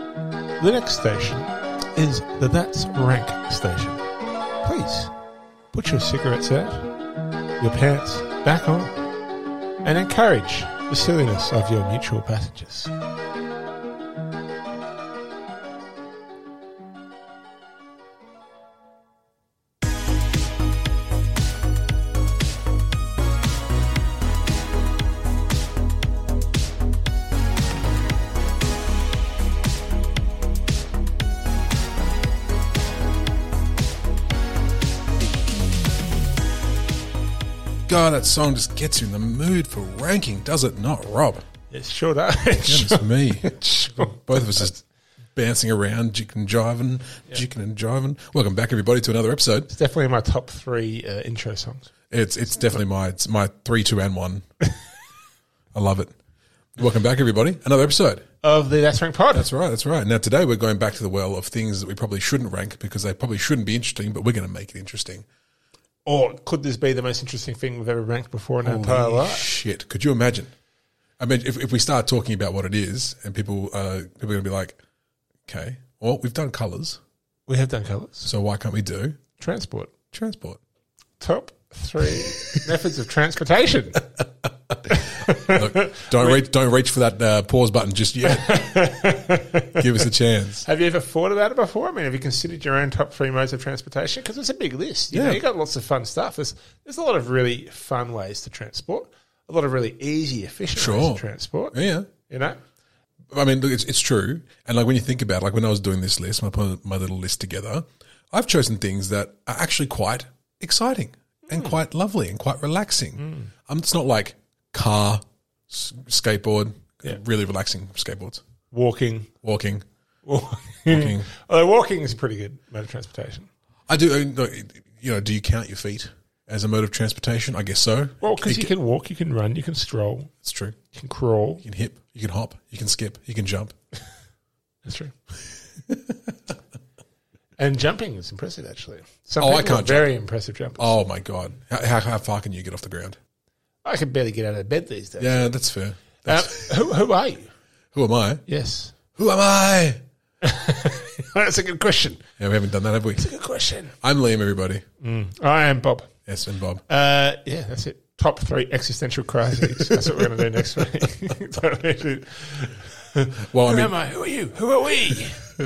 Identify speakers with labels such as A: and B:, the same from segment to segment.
A: The next station is the That's Rank station. Please put your cigarettes out, your pants back on, and encourage the silliness of your mutual passengers.
B: God, that song just gets you in the mood for ranking, does it not, Rob?
A: It's sure that. It's
B: Goodness me.
A: sure.
B: Both of us just bouncing around, jicking and jiving, jicking and jiving. Welcome back, everybody, to another episode.
A: It's definitely my top three uh, intro songs.
B: It's it's definitely my it's my three, two, and one. I love it. Welcome back, everybody. Another episode.
A: Of the That's Rank Pod.
B: That's right. That's right. Now today we're going back to the well of things that we probably shouldn't rank because they probably shouldn't be interesting, but we're going to make it interesting.
A: Or could this be the most interesting thing we've ever ranked before in our entire
B: Holy
A: life?
B: Shit, could you imagine? I mean, if, if we start talking about what it is, and people uh, people are gonna be like, okay, well, we've done colors,
A: We have done colours.
B: so why can't we do
A: Transport.
B: transport?
A: Top three methods of transportation.
B: Look, don't reach, don't reach for that uh, pause button just yet. Give us a chance.
A: Have you ever thought about it before? I mean, have you considered your own top three modes of transportation? Because it's a big list. You yeah,
B: Yeah.
A: know, you got lots of fun stuff. There's there's a lot of really fun ways to transport. A lot of really easy, efficient ways
B: Sure.
A: to transport.
B: Yeah,
A: You know,
B: I mean, look, it's it's true, and like when you think about, it, like when I was doing this list, when I put my little list together, I've chosen things that are actually quite exciting and
A: Hmm.
B: quite lovely and quite relaxing. Um, it's not like car, s- skateboard, really relaxing skateboards,
A: walking.
B: walking.
A: Walking. Although walking is a pretty good mode of transportation.
B: I do, I mean, look, you know, do you count your feet as a mode of transportation? I guess so.
A: Well, because you can walk, you can run, you can stroll,
B: it's true.
A: you can crawl.
B: You can hip, you can hop, you can skip, you can jump.
A: That's true. and jumping is impressive, actually. Some
B: Oh,
A: people
B: I
A: are
B: can't jump.
A: Very impressive jumpers.
B: Oh my god, how, how, how far can you get off the ground?
A: I can barely get out of bed these days.
B: Yeah, that's fair.
A: Uh, who, who are you?
B: Who am I?
A: Yes.
B: Who am I?
A: That's a good question.
B: Yeah, we haven't done that, have we?
A: Good question.
B: I'm Liam, everybody.
A: I am Bob.
B: Yes, and Bob.
A: Uh, yeah, that's it. Top three existential crises. that's what we're going to do next week. Don't actually-
B: Well, I
A: Who
B: mean,
A: am I? Who are you? Who are we?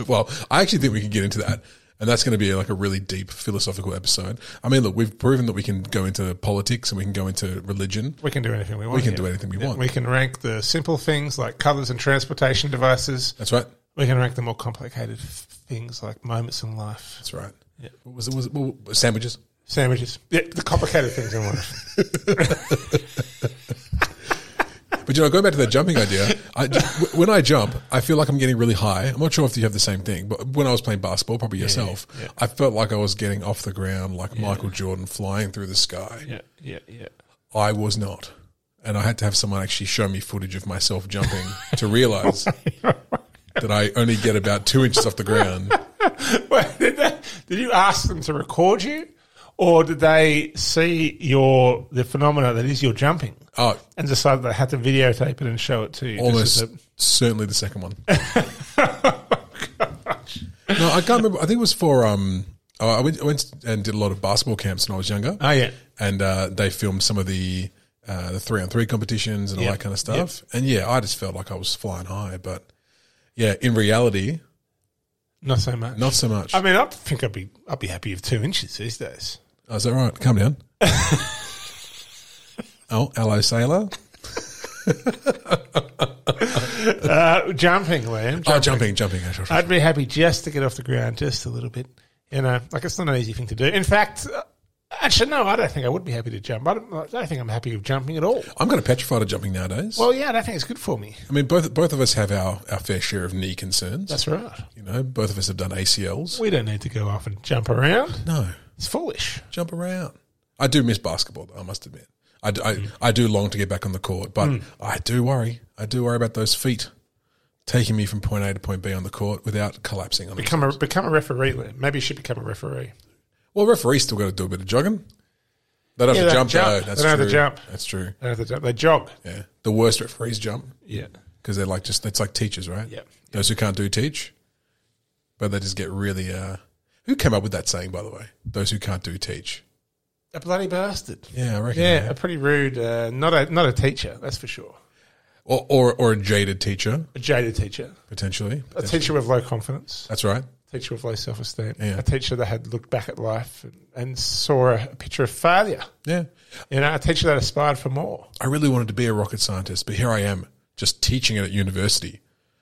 B: well, I actually think we can get into that. And that's going to be like a really deep philosophical episode. I mean, look, we've proven that we can go into politics and we can go into religion.
A: We can do anything we want.
B: We can
A: here.
B: do anything we want.
A: We can rank the simple things like colours and transportation devices.
B: That's right.
A: We can rank the more complicated f- things like moments in life,
B: That's right. What was it? Was it well, sandwiches?
A: sandwiches. Yeah, the complicated things in life.
B: But you know, going back to that jumping idea, I, when I jump, I feel like I'm getting really high. I'm not sure if you have the same thing, but when I was playing basketball, probably yourself, I felt like I was getting off the ground like Michael Jordan flying through the sky.
A: Yeah, yeah, yeah.
B: I was not. And I had to have someone actually show me footage of myself jumping to realize that I only get about two inches off the ground.
A: Wait, did, they, did you ask them to record you, or did they see your the phenomena that is your jumping
B: Oh,
A: and decide they had to videotape it and show it to you?
B: almost
A: This is Oh,
B: certainly the second one. No, I can't remember. I think it was for, um, oh, I, went, I went and did a lot of basketball camps when I was younger.
A: a- oh yeah,
B: and uh, they filmed some of the uh, the three on three competitions and all that kind of stuff. And yeah, I just felt like I was flying high, but yeah, in reality,
A: not so much.
B: not so much.
A: I mean, I think I'd be I'd be happy with two inches these days.
B: Oh, is that right? Calm down. oh, hello, sailor.
A: Uh, jumping, Liam.
B: Oh,
A: jumping.
B: jumping, jumping. Oh, sure, sure.
A: I'd be happy just to get off the ground just a little bit. You know, like it's not an easy thing to do. In fact, uh, actually, no, I don't think I would be happy to jump. I don't, I don't think I'm happy with jumping at all.
B: I'm kind of petrified of jumping nowadays.
A: Well, Oh, yeah, I don't think it's good for me.
B: I mean, both both of us have our, our fair share of knee concerns.
A: That's right.
B: you know, both of us have done ACLs.
A: We don't need to go off and jump around.
B: No,
A: It's foolish.
B: jump around. I do miss basketball, though, I must admit. I do, I,
A: Mm.
B: I do long to get back on the court, but I do worry. I do worry about those feet taking me from point A to point B on the court without collapsing on them.
A: Become a become a referee. Liam. Maybe you should become a referee.
B: Well, referees still got to do a bit of jogging. They don't
A: Yeah,
B: have
A: they
B: to jump,
A: jump.
B: though.
A: They
B: That's
A: don't have
B: true.
A: to jump.
B: That's true.
A: They, don't have to jump. they Uh, jog.
B: Yeah. The worst referees jump
A: Yeah.
B: because they're like just, it's like teachers, right?
A: Yeah.
B: Those who can't do teach, but they just get really. Uh, who came up with that saying, by the way? Those who can't do teach.
A: A bloody bastard.
B: Yeah, I reckon.
A: Yeah, a pretty rude. Uh, not a not a teacher, that's for sure.
B: Or, or or a jaded teacher
A: A jaded teacher,
B: potentially.
A: a teacher with low confidence,
B: That's right.
A: a teacher with low self esteem,
B: Yeah.
A: a teacher that had looked back at life and, and saw a, a picture of failure.
B: Yeah,
A: You know, a teacher that aspired for more.
B: I really wanted to be a rocket scientist, but here I am, just teaching it at university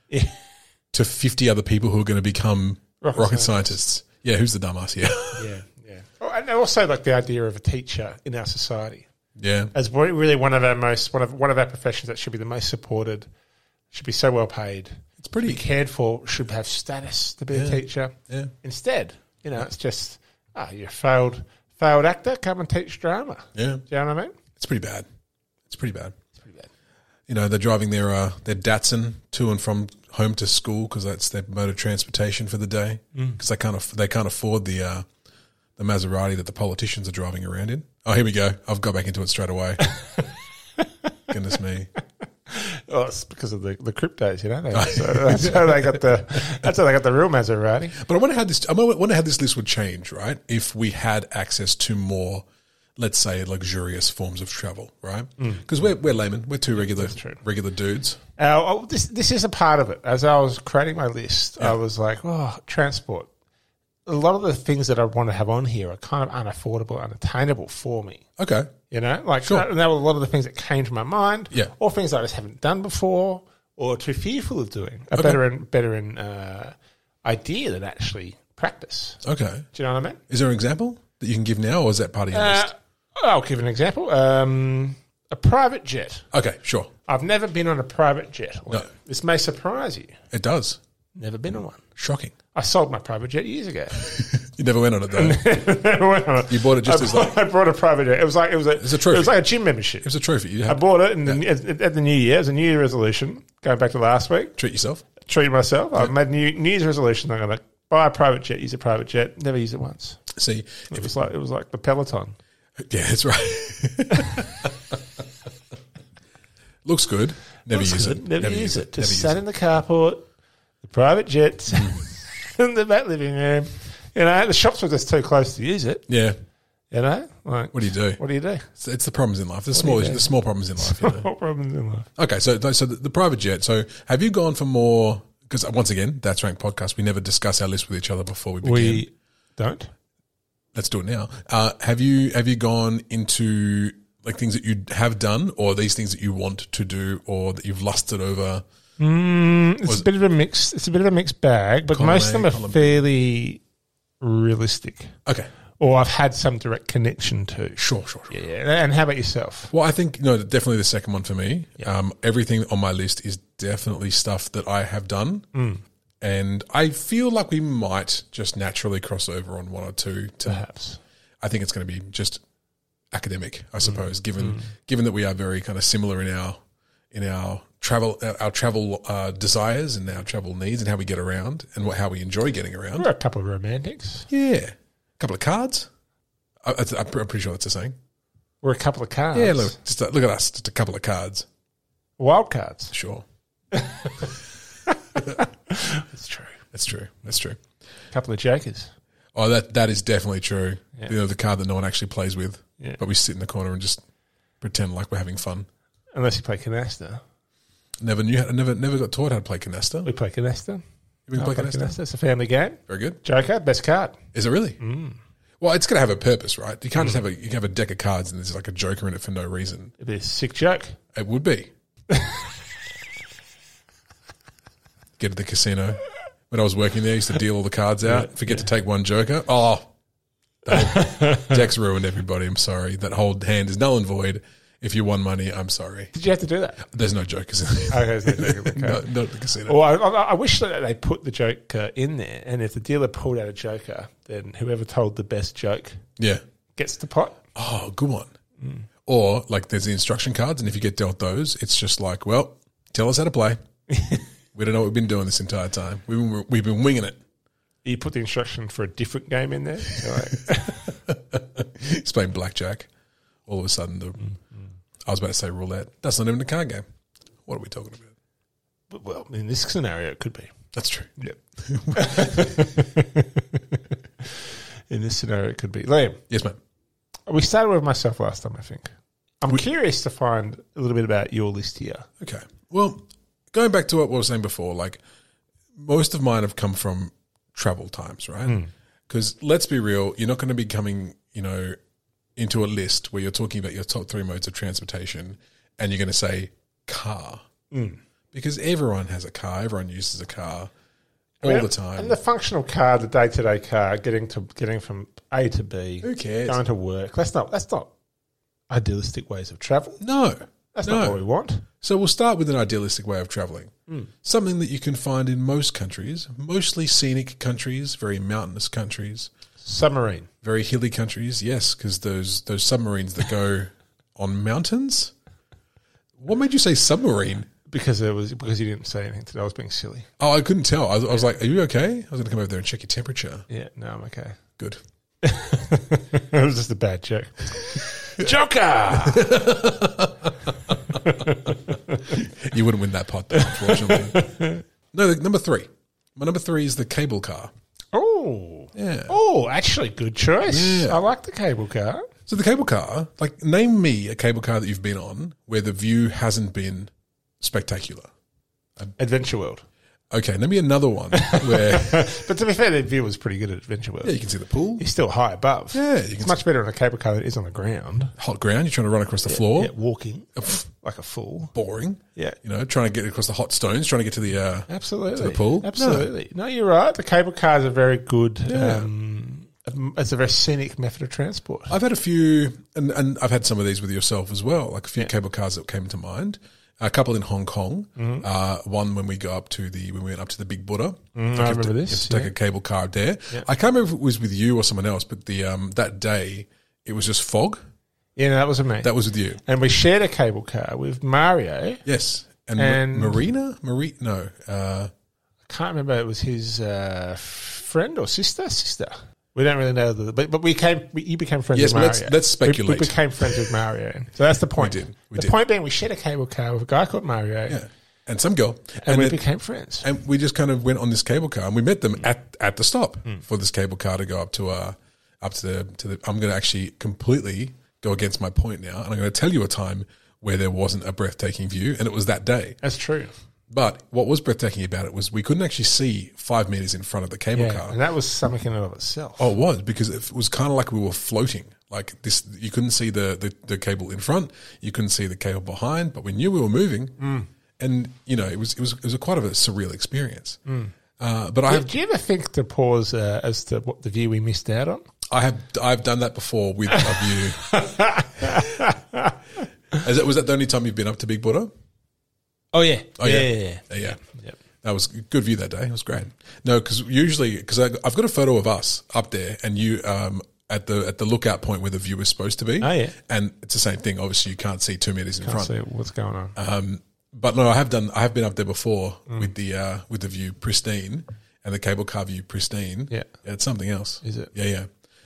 A: Yeah.
B: to fifty other people who are going to become
A: Rocket
B: rocket, scientists. Yeah, who's the dumbass here?
A: Yeah, yeah. Oh, and also like the idea of a teacher in our society
B: yeah,
A: as one- really one of our most one of one of our professions that should be the most supported, should be so well paid,
B: it's
A: be
B: pretty.
A: cared for, should have status to be a teacher.
B: Yeah.
A: Instead, you know, it's just ah, you're a failed failed actor. Come and teach drama.
B: Yeah,
A: Do you know what I mean?
B: it's pretty bad. It's pretty bad.
A: It's pretty bad.
B: you know, they're driving their uh, their Datsun to and from home to school because that's their mode of transportation for the day. Because they can't aff- they can't afford the uh, the Maserati that the politicians are driving around in. Oh, here we go. I've got back into it straight away. Goodness me.
A: Oh, it's because of the, the cryptos, you know. They, so that's how they got the that's how they got the real Maserati.
B: But I wonder how this I wonder how this list would change, right? If we had access to more, let's say, luxurious forms of travel, right? Because we're we're laymen, we're two regular regular dudes.
A: Uh, oh, this this is a part of it. As I was creating my list, I was like, "Oh, transport." A lot of the things that I want to have on here are kind of unaffordable, unattainable for me.
B: Okay,
A: You know, like that, that were a lot of the things that came to my mind,
B: Yeah.
A: or things I just haven't done before, or too fearful of doing. A better and better in uh, idea than actually practice.
B: okay.
A: Do you know what I mean?
B: Is there an example that you can give now, or is that part of your
A: Uh,
B: list?
A: I'll give an example. Um, a private jet.
B: Okay, sure.
A: I've never been on a private jet.
B: No.
A: This may surprise you.
B: It does.
A: Never been on one.
B: Shocking.
A: I sold my private jet years ago.
B: You never went on it though. it
A: you
B: bought it just as, like-
A: I brought a private jet. It was like it was a,
B: a trophy.
A: It was like a gym membership.
B: was a trophy. You
A: I
B: had to
A: bought it in the, at, at the New Year. It was a New Year resolution. Going back to last week,
B: treat yourself.
A: treat myself. I made new New Year's resolution. I'm going to buy a private jet. Use a private jet. Never use it once.
B: See,
A: It was like it was like the Peloton.
B: yeah, that's right. Looks good. Never use it.
A: Never, use it.
B: Never
A: Just
B: use
A: sat
B: it.
A: in the carport, Mm. the private jets, in the back living room. You know, the shops were just too close to use it.
B: Yeah.
A: You know, like
B: What do you do?
A: what do you do?
B: It's, it's the problems in life. The small, the small problems in life. You know?
A: What problems in life?
B: Okay, so so the, the private jet. So have you gone for more? Because once again, that's ranked podcast. We never discuss our list with each other before we begin.
A: We don't.
B: Let's do it now. Uh, have you have you gone into like things that you have done, or these things that you want to do, or that you've lusted over?
A: Mm, it's a bit of a mix. It's a bit of a mixed bag, but
B: Column
A: most of
B: A,
A: them are
B: column B.
A: fairly realistic,
B: Okay,
A: or I've had some direct connection to.
B: sure, sure, sure.
A: Yeah, and how about yourself?
B: Well, I think no, definitely the second one for me. Um, everything on my list is definitely stuff that I have done, and I feel like we might just naturally cross over on one or two.
A: Uh-huh.
B: To
A: Perhaps.
B: I think it's going to be just academic,
A: Mm.
B: I suppose, given given that we are very kind of similar in our in our travel our- our travel uh, desires and our travel needs and how we get around and what, how we enjoy getting around.
A: We're a couple of romantics.
B: Yeah, a couple of cards. I, I, I'm pretty sure that's a saying.
A: We're a couple of cards.
B: Yeah, look, just a, look at us, just a couple of cards.
A: Wild cards.
B: Sure.
A: That's true.
B: That's true. That's true.
A: A couple of jokers.
B: Oh, that that is definitely true. You know, the card that no one actually plays with,
A: Yeah.
B: but we sit in the corner and just pretend like we're having fun.
A: Unless you play canasta.
B: Never knew. I never never got taught how to play canasta.
A: We play canasta.
B: You been
A: I
B: play
A: play
B: canasta?
A: canasta. It's a family game.
B: Very good.
A: Joker, best card.
B: Is it really? Well, it's going to have a purpose, right? You can't just have a you can have a deck of cards and there's like a joker in it for no reason.
A: It'd be a sick joke.
B: It would be. Get to the casino. When I was working there, I used to deal all the cards out. Forget to take one joker. Oh, that- Deck's ruined everybody. I'm sorry. That whole hand is null and void. If you won money, I'm sorry.
A: Did you have to do that?
B: There's no jokers in there.
A: Okay, it's not a joke, okay.
B: No, not at the casino.
A: Well, I, I, I wish that they put the joker in there, and if the dealer pulled out a joker, then whoever told the best joke
B: Yeah.
A: gets the pot.
B: Oh, good one. Or like there's the instruction cards, and if you get dealt those, it's just like, well, tell us how to play. we don't know what we've been doing this entire time. We've been, we've been winging it.
A: You put the instruction for a different game in there. You're like,
B: He's playing blackjack. All of a sudden, the I was about to say roulette. That's not even a card game. What are we talking about?
A: well, in this scenario, it could be.
B: That's true.
A: Yep. In this scenario, it could be Liam.
B: Yes, mate.
A: We started with myself last time, I think. I'm curious to find a little bit about your list here.
B: Okay. Well, going back to what I was saying before, like most of mine have come from travel times, right? Because let's be real, you're not going to be coming, you know, into a list where you're talking about your top three modes of transportation and you're going to say car. Because everyone has a car, everyone uses a car all the time.
A: And the functional car, the day to day car, getting to getting from A to B,
B: Who cares?
A: going to work. That's not that's not idealistic ways of travel.
B: No.
A: That's
B: no.
A: not what we want.
B: So we'll start with an idealistic way of traveling. Something that you can find in most countries, mostly scenic countries, very mountainous countries.
A: Submarine.
B: very hilly countries, yes, because those those submarines that go on mountains. What made you say submarine?
A: Because there was because you didn't say anything today. I was being silly.
B: Oh, I couldn't tell. I was, I was like, "Are you okay?" I was going to come over there and check your temperature.
A: Yeah, no, I'm okay.
B: Good.
A: it was just a bad joke. Joker!
B: You wouldn't win that pot, though, unfortunately. no, the, number three. My number three is the cable car.
A: oh.
B: Yeah.
A: Oh, actually, good choice. I like the cable car.
B: So the cable car, like, name me a cable car that you've been on where the view hasn't been spectacular.
A: Adventure World.
B: Okay, name me another one where
A: But to be fair, the view was pretty good at Adventure World.
B: yeah, you can see the pool,
A: You're still high above.
B: Yeah, you
A: it's
B: can-
A: much better on a cable car than it is on the ground.
B: hot ground. You're trying to run across the floor.
A: Yeah, walking like a fool.
B: Boring.
A: Yeah,
B: you know, trying to get across the hot stones, trying to get to the. Uh,
A: absolutely.
B: the pool?
A: absolutely. No. you're right. The cable cars are very good. Um, it's a very scenic method of transport.
B: I've had a few, and, and I've had some of these with yourself as well, like a few cable cars that came to mind. A couple in Hong Kong.
A: Mm-hmm.
B: Uh, one when we go up to the when we went up to the Big Buddha. Like, you have
A: remember
B: to-
A: this, Mm-hmm.
B: you have to
A: yeah.
B: take a cable car up there. I can't remember if it was with you or someone else, but the um, that day it was just fog.
A: Yeah, no, that was amazing.
B: That was with you.
A: and we shared a cable car with Mario.
B: Yes, and,
A: And-
B: Ma- Marina, Marie, no, uh,
A: can't remember it was his uh, friend or sister sister we don't really know the, but, but we came we, you became friends
B: Yes,
A: with
B: but
A: Mario
B: let's- let's
A: We-
B: speculate.
A: we, became friends with Mario so that's the point
B: did, we
A: the
B: did.
A: point being we shared a cable car with a guy called Mario and,
B: and some girl,
A: we
B: it-
A: became friends
B: and we just kind of went on this cable car and we met them at, at the stop for this cable car to go up to uh up to the to the I'm going to actually completely go against my point now and I'm going to tell you a time where there wasn't a breathtaking view and it was that day
A: that's true
B: but what was breathtaking about it was we couldn't actually see 5 meters in front of the cable
A: yeah,
B: car
A: and that was something in and of itself
B: Oh, it was because it was kind of like we were floating. Like this, you couldn't see the, the, the cable in front, you couldn't see the cable behind, but we knew we were moving, and you know it was it was it was a quite of a surreal experience. Uh, but I have
A: do you ever think to pause uh, as to what the view we missed out on
B: I have I've done that before with a view. Is that, was that the only time you've been up to Big Buddha?
A: oh yeah oh
B: yeah. Yeah, yeah.
A: Yep.
B: That was a good view that day. It was great. No, because usually, because I've got a photo of us up there, and you um at the at the lookout point where the view is supposed to be.
A: Oh, yeah.
B: and it's the same thing. Obviously, you can't see two meters in front.
A: so what's going on
B: Um, but no, I have done. I have been up there before
A: Mm.
B: with the uh, with the view pristine and the cable car view pristine.
A: Yeah.
B: it's something else.
A: Is it?
B: Yeah, yeah.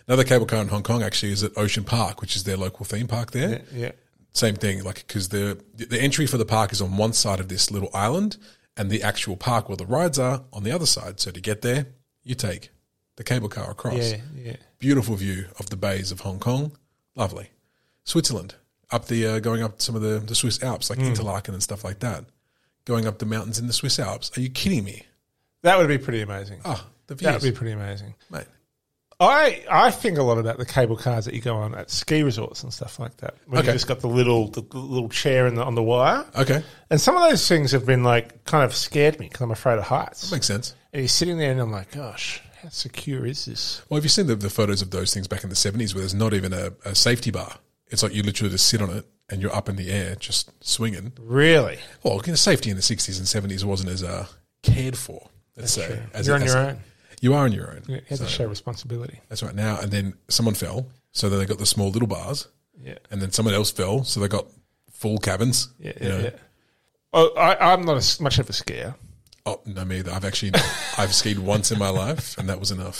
B: Another cable car in Hong Kong actually is at Ocean Park, which is their local theme park there.
A: yeah
B: Same thing, like because the the entry for the park is on one side of this little island, and the actual park where the rides are on the other side. So to get there, you take the cable car across
A: yeah yeah
B: beautiful view of the bays of Hong Kong. Lovely. Switzerland, up the uh, going up some of the, the Swiss Alps,
A: Hmm.
B: like Interlaken and stuff like that. Going up the mountains in the Swiss Alps. Are you kidding me?
A: that would be pretty amazing
B: Ah, the
A: that
B: views,
A: would be pretty amazing
B: mate.
A: I I think a lot about the cable cars that you go on at ski resorts and stuff like that. When
B: Okay.
A: you just got the little the little chair in the, on the wire,
B: Okay,
A: and some of those things have been like kind of scared me because I'm afraid of heights.
B: makes sense.
A: And you're sitting there, and I'm like, gosh, how secure is this?
B: Well, have you seen the, the photos of those things back in the seventies where there's not even a, a safety bar? It's like you literally just sit on it and you're up in the air, just swinging.
A: Really?
B: Well, you know, safety in the sixties and seventies wasn't as uh, cared for. Let's say as-
A: You're on
B: as-
A: your own.
B: You are on your own.
A: You have to show responsibility.
B: That's right. Now and then someone fell, so then they got the small little bars,
A: Yeah.
B: and then someone else fell, so they got full cabins.
A: Yeah, yeah,
B: you know.
A: yeah. Oh, I, I'm not as much of a skier,
B: Oh no, me either. I've actually I've skied once in my life, and that was enough.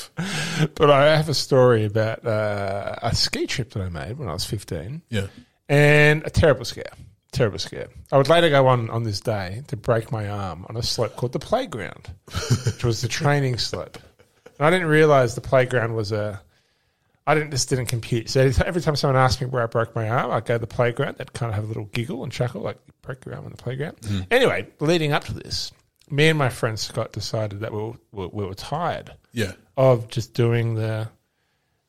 A: but I have a story about uh, a ski trip that I made when I was 15,
B: Yeah,
A: and a terrible scare. terribly scared. I would later go on on this day to break my arm on a slope called the playground, which was the training slope. And I didn't realize the playground was a. I didn't just didn't compute. So every time someone asked me where I broke my arm, I'd go to the playground. They'd kind of have a little giggle and chuckle, like you broke your arm on the playground. Anyway, leading up to this, me and my friend Scott decided that we were, we we were tired
B: Yeah,
A: of just doing the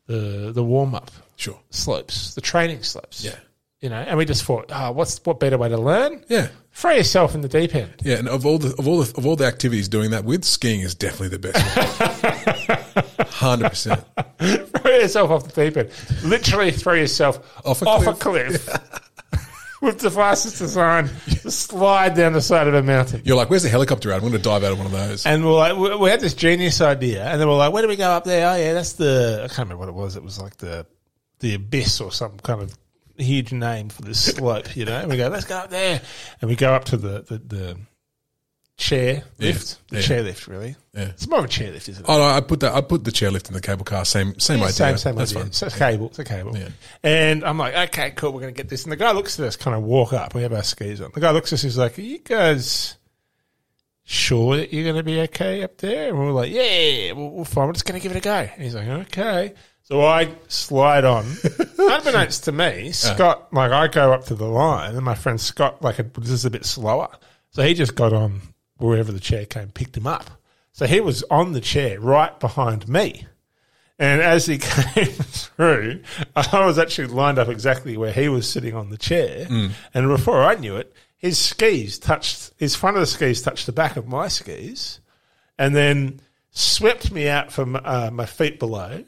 A: the the warm up
B: sure.
A: slopes, the training slopes.
B: Yeah.
A: You know, and we just thought, ah, what's what better way to learn?
B: Yeah.
A: Throw yourself in the deep end.
B: Yeah, and of all the of all the of all the activities, doing that with skiing is definitely the best. Hundred percent.
A: throw yourself off the deep end. Literally throw yourself
B: Off
A: off
B: a
A: a cliff. With the fastest design, just slide down the side of a mountain.
B: You're like, where's the helicopter at? I'm going to dive out of one of those.
A: And we're like, we- we had this genius idea, and then we're like, where do we go up there? Oh yeah, that's the I can't remember what it was. It was like the the abyss or some kind of huge name for this slope, you know. And we go, let's go up there, and we go up to the the, the chair lift, the
B: yeah.
A: chair lift, really.
B: Yeah.
A: It's more of a chair lift, isn't it?
B: Oh no, I put that. I put the chairlift in the cable car. Same, same idea.
A: Same, same
B: That's
A: idea.
B: fine.
A: So it's a cable. It's a cable. And I'm like, okay, cool. We're going to get this. And the guy looks at us, kind of walk up. We have our skis on. The guy looks at us. He's like, are you guys sure that you're going to be okay up there? And we're like, yeah, yeah, yeah, we'll, we're fine. We're just going to give it a go. And he's like, okay. So I slide on. Unbeknownst to
B: Uh.
A: me, Scott, like I go up to the line and my friend Scott, like this is a bit slower. So he just got on wherever the chair came, picked him up. So he was on the chair right behind me. And as he came through, I was actually lined up exactly where he was sitting on the chair. And before I knew it, his skis touched his front of the skis touched the back of my skis, and then swept me out from uh, my feet below.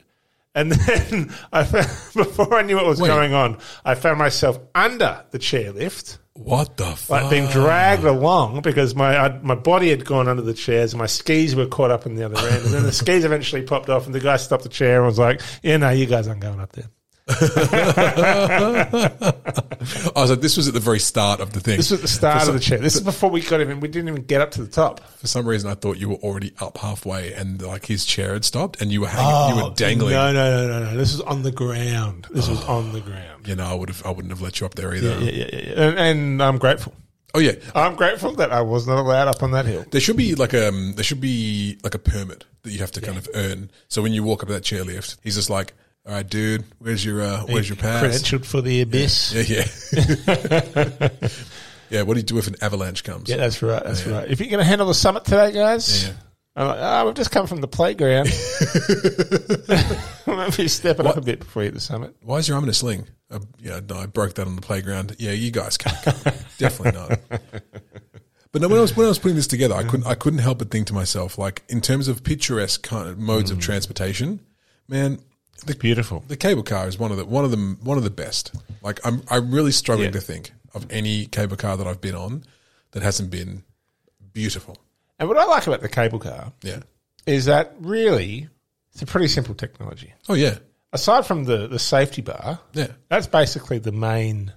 A: And then I found, before I knew what was going on, I found myself under the chairlift
B: What the fuck?
A: like being dragged along because my I, my body had gone under the chairs and my skis were caught up in the other end. And then the skis eventually popped off, and the guy stopped the chair and was like, "Yeah, no, you guys aren't going up there."
B: I was like, this was at the very start of the thing.
A: This was the start of the chair. This is before we got even. We didn't even get up to the top.
B: For some reason, I thought you were already up halfway, and like his chair had stopped, and you were hanging, you were dangling.
A: Oh, No, no, no, no, no. This was on the ground. This was on the ground.
B: You know, I would have, I wouldn't have let you up there either.
A: Yeah, yeah, yeah. yeah. And, and I'm grateful.
B: Oh yeah,
A: I'm grateful that I was not allowed up on that hill.
B: there should be like um, there should be like a permit that you have to kind of earn. So when you walk up that chairlift, he's just like, all right, dude, where's your, uh, where's your pass?
A: Credentialed for the abyss.
B: Yeah, yeah. yeah, what do you do if an avalanche comes?
A: Yeah, that's right. That's right. If you're going to handle the summit today, guys,
B: Yeah, yeah.
A: I'm like, ah, we've just come from the playground. Maybe step it up a bit before you hit the summit.
B: Why is your arm in a sling? Uh, yeah, no, I broke that on the playground. Yeah, you guys can't. come. Definitely not. But no, when I was when I was putting this together, I couldn't I couldn't help but think to myself, like in terms of picturesque kind of modes of transportation, man, the,
A: Beautiful.
B: the cable car is one of the one of the one of the best. Like I'm I'm really struggling to think of any cable car that I've been on that hasn't been beautiful.
A: And what I like about the cable car
B: Yeah.
A: is that really it's a pretty simple technology.
B: Oh yeah.
A: Aside from the, the safety bar,
B: Yeah.
A: that's basically the main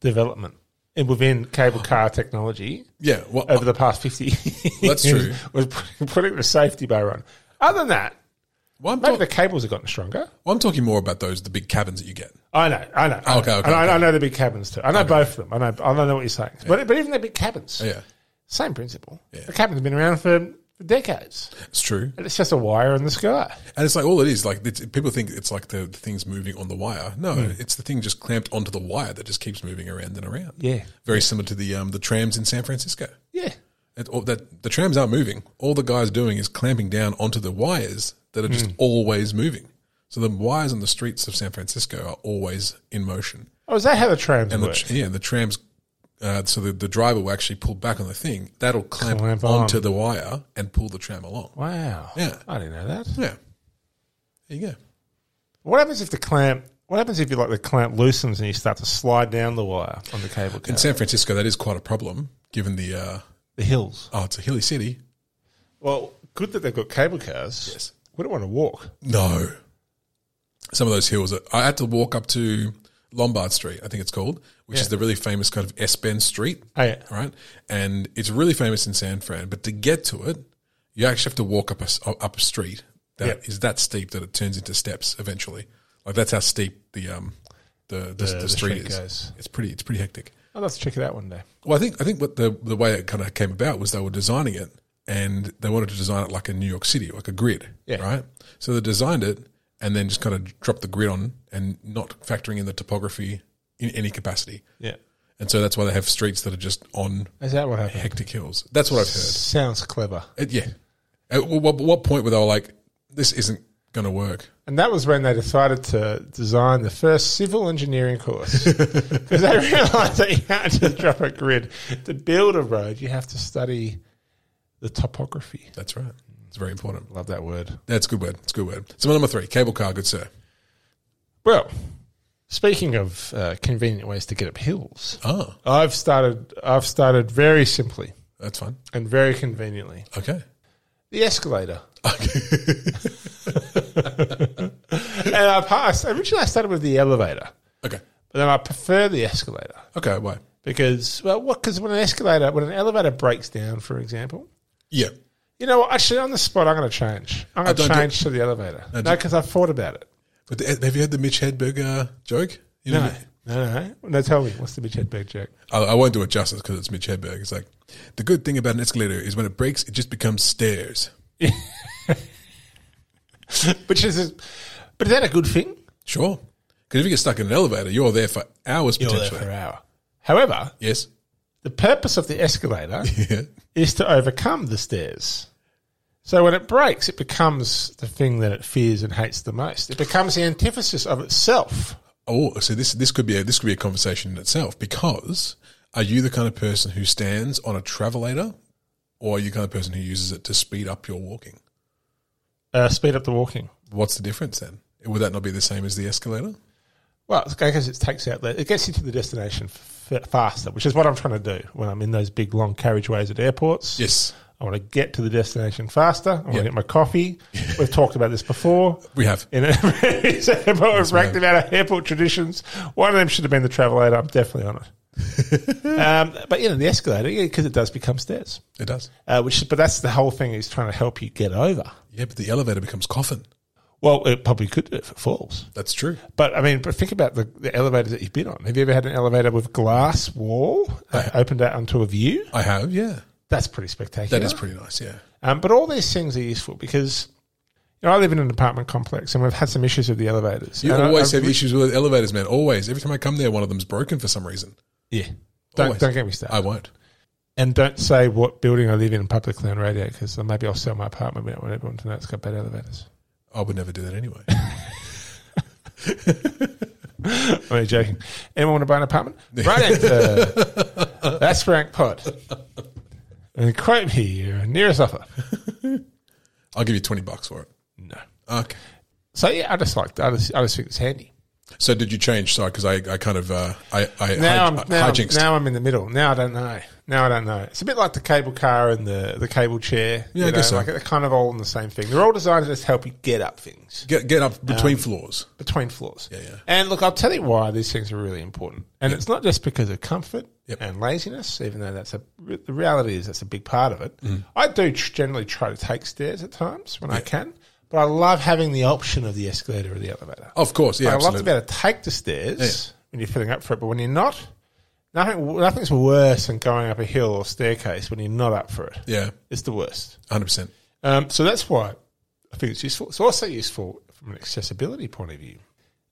A: development in- within cable car technology
B: Yeah. Well,
A: over the past 50 years.
B: That's true.
A: Was putting- putting the safety bar on. Other than that,
B: well, I'm
A: maybe
B: talk-
A: the cables have gotten stronger.
B: well, I'm talking more about those the big cabins that you get.
A: I know, I know. I
B: Okay,
A: know.
B: okay,
A: And I, I know the big cabins too. I know both of them. I know, I know what you're saying. But, but even the big cabins,
B: Yeah,
A: same principle. The cabin's been around for, for decades.
B: it's true.
A: It's just a wire in the sky.
B: And it's like all it is. Like it's, people think it's like the, the thing's moving on the wire. No,
A: Hmm.
B: it's the thing just clamped onto the wire that just keeps moving around and around.
A: Yeah.
B: very similar to the um, the trams in San Francisco.
A: Yeah.
B: It, all, that the trams aren't moving. All the guys doing is clamping down onto the wires that are just
A: Hmm.
B: always moving. So the wires on the streets of San Francisco are always in motion.
A: Oh, is that how the trams
B: And the,
A: work?
B: tr- yeah, and the trams. Uh, so the, the driver will actually pull back on the thing. That'll clamp,
A: Clamp on. Oh.
B: onto the wire and pull the tram along.
A: wow.
B: Yeah.
A: I didn't know that.
B: Yeah. There you go.
A: What happens if the clamp? What happens if you like the clamp loosens and you start to slide down the wire on the cable car?
B: In San Francisco, that is quite a problem, given the uh,
A: the hills.
B: oh, it's a hilly city.
A: Well, good that they've got cable cars.
B: Yes.
A: We don't want to walk.
B: No, some of those hills. Are, I had to walk up to Lombard Street, I think it's called, which is the really famous kind of S Bend Street,
A: Oh, yeah.
B: right? And it's really famous in San Fran. But to get to it, you actually have to walk up a s- up a street that is
A: Yeah.
B: that steep that it turns into steps eventually. Like that's how steep the um the the, the,
A: the
B: street,
A: street
B: is.
A: goes.
B: It's pretty it's pretty hectic.
A: I'll have to check it out one day.
B: Well, I think I think what the the way it kind of came about was they were designing it, and they wanted to design it like a New York City, like a grid,
A: Yeah.
B: right? So they designed it and then just kind of dropped the grid on, and not factoring in the topography in any capacity.
A: Yeah.
B: And so that's why they have streets that are just on
A: Is that what happened?
B: hectic hills. That's what I've heard.
A: Sounds clever.
B: It- yeah. At what, what point were they all like, this isn't going to work?
A: And that was when they decided to design the first civil engineering course. Because they realized that you can't just drop a grid. To build a road, you have to study the topography.
B: That's right. It's very important.
A: Love that word.
B: That's a good word. It's a good word. So my number three, cable car, good sir.
A: Well, speaking of uh, convenient ways to get up hills,
B: Ah,
A: I've started. I've started very simply
B: that's fine.
A: and very conveniently.
B: Okay.
A: The escalator,
B: Okay.
A: and I passed. Originally, I started with the elevator,
B: okay.
A: but then I prefer the escalator
B: Okay. Why?
A: because well, what? Because when an escalator, when an elevator breaks down, for example,
B: Yeah.
A: you know, what? actually on the spot, I'm going to change. I'm going
B: don't
A: to
B: do-
A: change to the elevator. No, because I've thought about it.
B: But the, have you heard the Mitch Hedberg uh, joke? You know,
A: No, no, no. No, tell me what's the bitch head bag joke?
B: I, I won't do it justice because it's Mitch Hedberg. It's like, the good thing about an escalator is when it breaks, it just becomes stairs.
A: Which is, but is that a good thing?
B: Sure. Because if you get stuck in an elevator, you're there for hours potentially.
A: Per hour. However,
B: yes.
A: The purpose of the escalator
B: Yeah.
A: is to overcome the stairs. So when it breaks, it becomes the thing that it fears and hates the most. It becomes the antithesis of itself.
B: Oh, so this this could be a, this could be a conversation in itself because are you the kind of person who stands on a travelator, or are you the kind of person who uses it to speed up your walking?
A: Uh, speed up the walking.
B: What's the difference then? Would that not be the same as the escalator?
A: Well, it's because it takes out the, it gets you to the destination f- faster, which is what I'm trying to do when I'm in those big long carriageways at airports.
B: Yes,
A: I want to get to the destination faster. I want to get my coffee. We've talked about this before.
B: we have.
A: in a various airport. We've ranked them out of airport traditions. One of them should have been the travel aid. I'm definitely on it. um, but you know the escalator because it does become stairs.
B: It does.
A: Uh, which, but that's the whole thing. Is trying to help you get over.
B: Yeah, but the elevator becomes coffin.
A: Well, it probably could do if it falls.
B: That's true.
A: But I mean, but think about the, the elevator that you've been on. Have you ever had an elevator with glass wall uh, opened out onto a view?
B: I have. Yeah,
A: That's pretty spectacular.
B: that is pretty nice. Yeah.
A: Um, but all these things are useful because you know I live in an apartment complex and we've had some issues with the elevators.
B: You
A: And I-
B: always
A: I've
B: have issues with elevators, man. Always. Every time I come there, one of them's broken for some reason.
A: Yeah. Don't,
B: Always.
A: don't get me started.
B: I won't.
A: and don't say what building I live in publicly on radio because maybe I'll sell my apartment. We don't want everyone to know it's got bad elevators.
B: I would never do that anyway.
A: I'm only joking. Anyone want to buy an apartment? Right into That's Rank Pod. And quote me your nearest offer.
B: I'll give you twenty bucks for it.
A: No.
B: Okay.
A: So yeah, I just like I just, I just think it's handy.
B: So did you change? Sorry, because I, I kind of uh, I I
A: Now
B: hij-
A: I'm now, I'm
B: hijinxed.
A: now I'm in the middle. Now I don't know. Now I don't know. It's a bit like the cable car and the, the cable chair.
B: Yeah, I guess so.
A: Like they're kind of all in the same thing. They're all designed to just help you get up things.
B: get get up between floors.
A: between floors.
B: Yeah, yeah.
A: And look, I'll tell you why these things are really important. And it's not just because of comfort
B: Yep.
A: and laziness, even though that's a the reality is that's a big part of it. I do tr- generally try to take stairs at times when I can, but I love having the option of the escalator or the elevator.
B: Of course, yeah,
A: I love to
B: absolutely.
A: be able to take the stairs when you're feeling up for it, but when you're not, nothing nothing's worse than going up a hill or staircase when you're not up for it.
B: Yeah,
A: It's the worst.
B: hundred percent.
A: Um, so that's why I think it's useful. It's also useful from an accessibility point of view.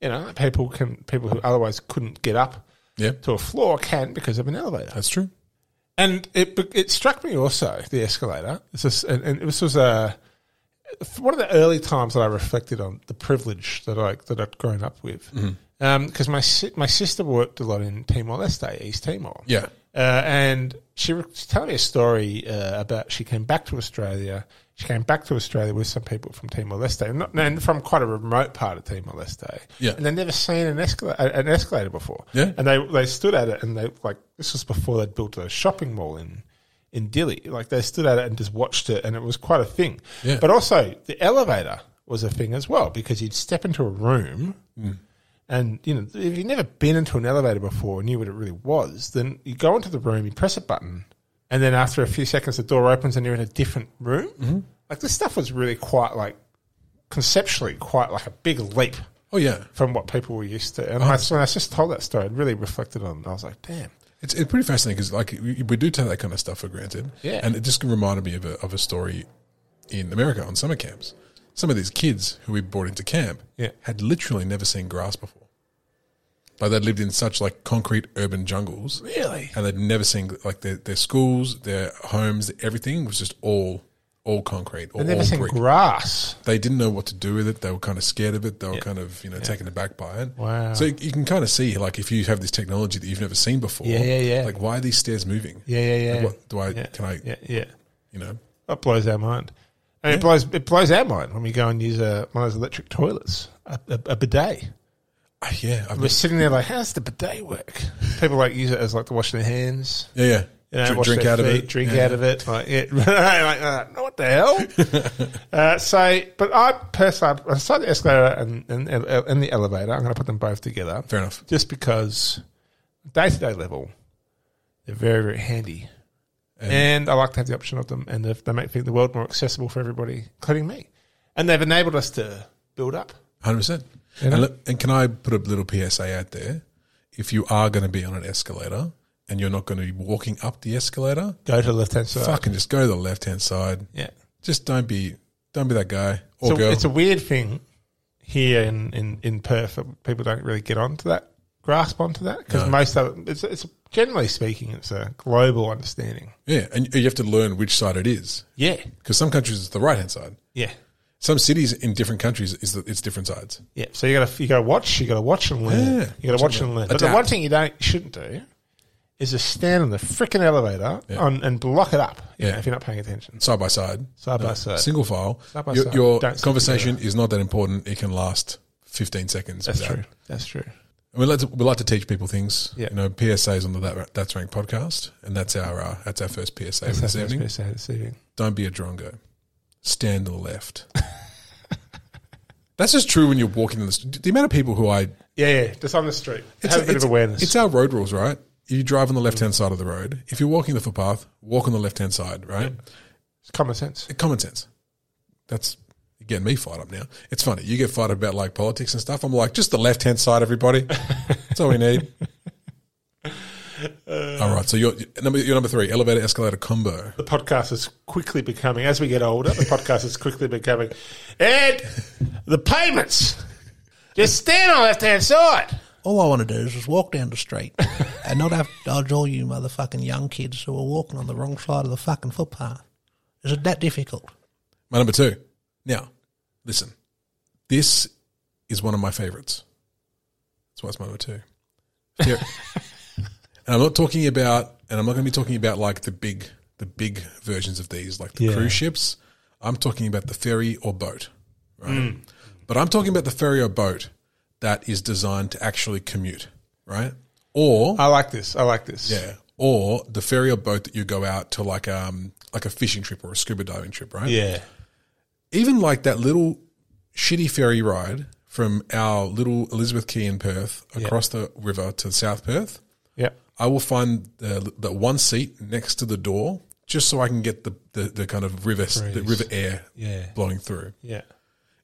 A: You know, people can people who otherwise couldn't get up
B: Yeah,
A: to a floor can because of an elevator.
B: that's true.
A: And it it struck me also the escalator. This is, and, and this was a one of the early times that I reflected on the privilege that I that I'd grown up with. Because
B: Mm-hmm.
A: my si- my sister worked a lot in Timor Leste, East Timor.
B: Yeah,
A: Uh, and she was telling me a story uh, about she came back to Australia. She came back to Australia with some people from Timor Leste, and, not, and from quite a remote part of Timor Leste.
B: Yeah.
A: and they'd never seen an escalator, an escalator before.
B: Yeah.
A: and they they stood at it, and they like this was before they'd built a shopping mall in in Dili. Like they stood at it and just watched it, and it was quite a thing.
B: Yeah.
A: But also the elevator was a thing as well because you'd step into a room. And you know, if you've never been into an elevator before and knew what it really was, then you go into the room, you press a button, and then after a few seconds, the door opens and you're in a different room. Like this stuff was really quite like conceptually quite like a big leap
B: Oh yeah.
A: from what people were used to. And I, when I was just told that story, I really reflected on. it. I was like, damn.
B: It's, it's pretty fascinating because like we, we do take that kind of stuff for granted.
A: Yeah.
B: And it just reminded me of a, of a story in America on summer camps. Some of these kids who we brought into camp
A: Yeah.
B: had literally never seen grass before. Like they'd lived in such like concrete urban jungles
A: Really?
B: and they'd never seen like their, their schools, their homes, everything was just all all concrete, all,
A: I've never
B: all
A: seen
B: brick.
A: grass.
B: they didn't know what to do with it. They were kind of scared of it. They were kind of you know taken aback by it.
A: Wow.
B: So you, you can kind of see like if you have this technology that you've never seen before.
A: Yeah, yeah, yeah.
B: Like why are these stairs moving?
A: Yeah, yeah, yeah.
B: Like, what do I?
A: yeah,
B: Can I?
A: Yeah, yeah.
B: You know.
A: That blows our mind. And it blows it blows our mind when we go and use a, one of those electric toilets, a, a, a bidet.
B: Ah, Yeah. I've
A: We're sitting there like, how's the bidet work? People like use it as like to wash their hands.
B: yeah. Yeah.
A: You know,
B: Dr-
A: wash
B: drink
A: their
B: out of
A: feet,
B: it.
A: Drink
B: Yeah.
A: out of it. Like, yeah, like uh, what the hell? uh, so, but I personally, I started the escalator and, and, and the elevator. I'm going to put them both together
B: Fair enough.
A: just because day to day level, they're very, very handy. And, I like to have the option of them, and if they make the world more accessible for everybody, including me. And they've enabled us to build up.
B: Hundred percent.
A: know?
B: And, look- and can I put a little PSA out there? If you are going to be on an escalator and you're not going to be walking up the escalator,
A: Go to the left hand side.
B: fucking just go to the left hand side.
A: Yeah.
B: Just don't be don't be that guy or
A: So
B: girl.
A: it's a weird thing here in, in, in Perth that people don't really get onto that, grasp onto that, because most of it, it's, it's generally speaking, it's a global understanding.
B: yeah, and you have to learn which side it is.
A: Yeah.
B: because some countries it's the right hand side.
A: Yeah.
B: Some cities in different countries is the, it's different sides.
A: Yeah. So you gotta you gotta watch, you gotta watch and learn.
B: Yeah.
A: You gotta watch and learn. But the
B: Adapt.
A: one thing you don't shouldn't do is just stand on the freaking elevator on, and block it up. You know,
B: Yeah.
A: if you're not paying attention.
B: Side by side,
A: Side by side.
B: single file.
A: Side by
B: your
A: side.
B: your
A: Don't stick
B: conversation is not that important. It can last fifteen seconds.
A: That's
B: without-
A: true. That's true.
B: And we like to, we like to teach people things.
A: Yeah.
B: You know, PSAs on the that, That's Rank podcast, and that's our uh, that's our first PSA for
A: That's
B: this
A: what I was
B: evening.
A: gonna say this evening.
B: Don't be a drongo. Stand to the left. that's just true when you're walking in the st- the amount of people who I
A: Yeah, yeah. Just on the street. have a, bit of
B: it's-
A: awareness.
B: It's our road rules, right? You drive on the left hand side of the road. If you're walking the footpath, walk on the left hand side, right?
A: it's common sense.
B: common sense. That's you're getting me fired up now. It's funny. You get fired up about like politics and stuff. I'm like, just the left hand side, everybody. That's all we need. all right. So your number your number three, elevator escalator combo.
A: the podcast is quickly becoming, as we get older, the podcast is quickly becoming, Ed, the payments. Just stand on the left hand side.
C: All I want to do is just walk down the street and not have to dodge all you motherfucking young kids who are walking on the wrong side of the fucking footpath. Is it that difficult?
B: My number two. Now, listen. This is one of my favorites. That's why it's my number two. Fair- and I'm not talking about, and I'm not going to be talking about like the big, the big versions of these, like the
A: Yeah.
B: cruise ships. I'm talking about the ferry or boat, right? But I'm talking about the ferry or boat that is designed to actually commute, right? Or
A: I like this. I like this.
B: yeah. Or the ferry or boat that you go out to like um like a fishing trip or a scuba diving trip, right?
A: Yeah.
B: even like that little shitty ferry ride from our little Elizabeth Key in Perth across the river to South Perth,
A: Yeah.
B: I will find the, the one seat next to the door just so I can get the, the, the kind of river the river air
A: Yeah.
B: blowing through.
A: Yeah.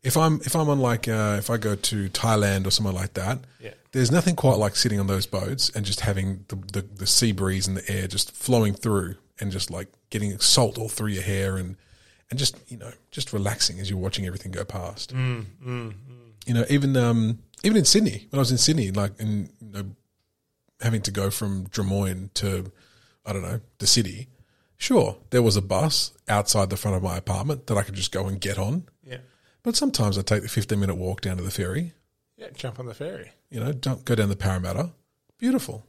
B: If I'm if I'm on like uh, if I go to Thailand or somewhere like that,
A: Yeah.
B: there's nothing quite like sitting on those boats and just having the, the, the sea breeze and the air just flowing through and just like getting salt all through your hair and and just you know just relaxing as you're watching everything go past. You know, even um even in Sydney when I was in Sydney, like in you know, having to go from Drummoyne to I don't know the city. Sure, there was a bus outside the front of my apartment that I could just go and get on.
A: Yeah.
B: But sometimes I take the 15 minute walk down to the ferry,
A: Yeah. Jump on the ferry.
B: you know, don't go down the Parramatta. Beautiful.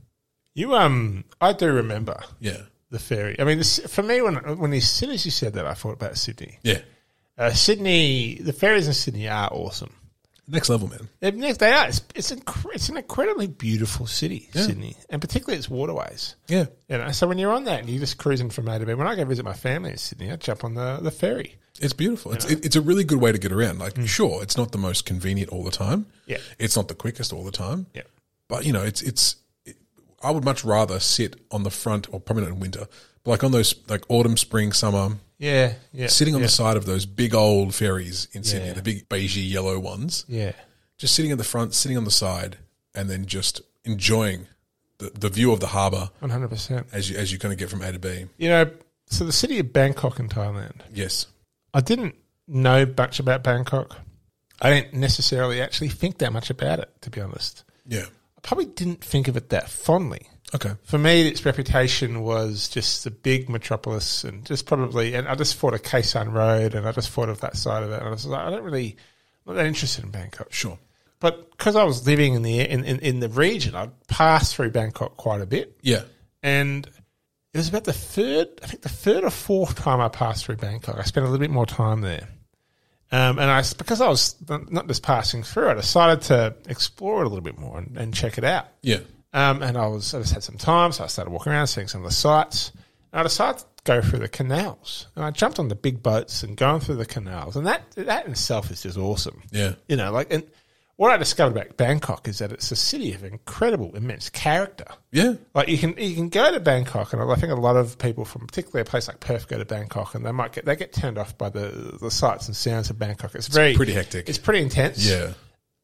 A: You, um, I do remember
B: Yeah.
A: the ferry. I mean, this, for me, when, when as soon as you said that, I thought about Sydney.
B: Yeah.
A: Uh, Sydney, the ferries in Sydney are awesome.
B: Next level, man.
A: They're Next, they are. It's, it's, incre- it's an incredibly beautiful city, Sydney, and particularly its waterways.
B: Yeah.
A: You know, so when you're on that and you're just cruising from A to B, when I go visit my family in Sydney, I jump on the, the ferry.
B: It's beautiful. It's, it, it's a really good way to get around. Like, sure, it's not the most convenient all the time.
A: Mm. Yeah.
B: It's not the quickest all the time.
A: Yeah.
B: But, you know, it's, it's, it, I would much rather sit on the front or probably not in winter, but like on those, like autumn, spring, summer,
A: Yeah. Yeah.
B: sitting on the side of those big old ferries in Sydney,
A: Yeah.
B: the big beigey yellow ones.
A: Yeah.
B: just sitting at the front, sitting on the side, and then just enjoying the, the view of the harbour
A: One hundred percent.
B: as you as you kind of get from A to B.
A: You know, so the city of Bangkok in Thailand.
B: Yes.
A: I didn't know much about Bangkok. I didn't necessarily actually think that much about it, to be honest.
B: Yeah.
A: I probably didn't think of it that fondly.
B: Okay.
A: For me, its reputation was just the big metropolis, and just probably, and I just thought of Kaisan Road, and I just thought of that side of it, and I was like, I don't really, I'm not that interested in Bangkok.
B: Sure.
A: But because I was living in the in, in, in the region, I'd pass through Bangkok quite a bit,
B: Yeah.
A: and it was about the third, I think the third or fourth time I passed through Bangkok. I spent a little bit more time there, um, and I because I was not just passing through, I decided to explore it a little bit more and, and check it out.
B: Yeah.
A: Um, and I was I just had some time, so I started walking around, seeing some of the sights. And I decided to go through the canals, and I jumped on the big boats and going through the canals, and that that in itself is just awesome.
B: Yeah.
A: You know, like and what I discovered about Bangkok is that it's a city of incredible, immense character.
B: Yeah.
A: Like you can you can go to Bangkok, and I think a lot of people from particularly a place like Perth go to Bangkok, and they might get they get turned off by the the sights and sounds of Bangkok. It's, very
B: pretty hectic.
A: It's pretty intense
B: Yeah.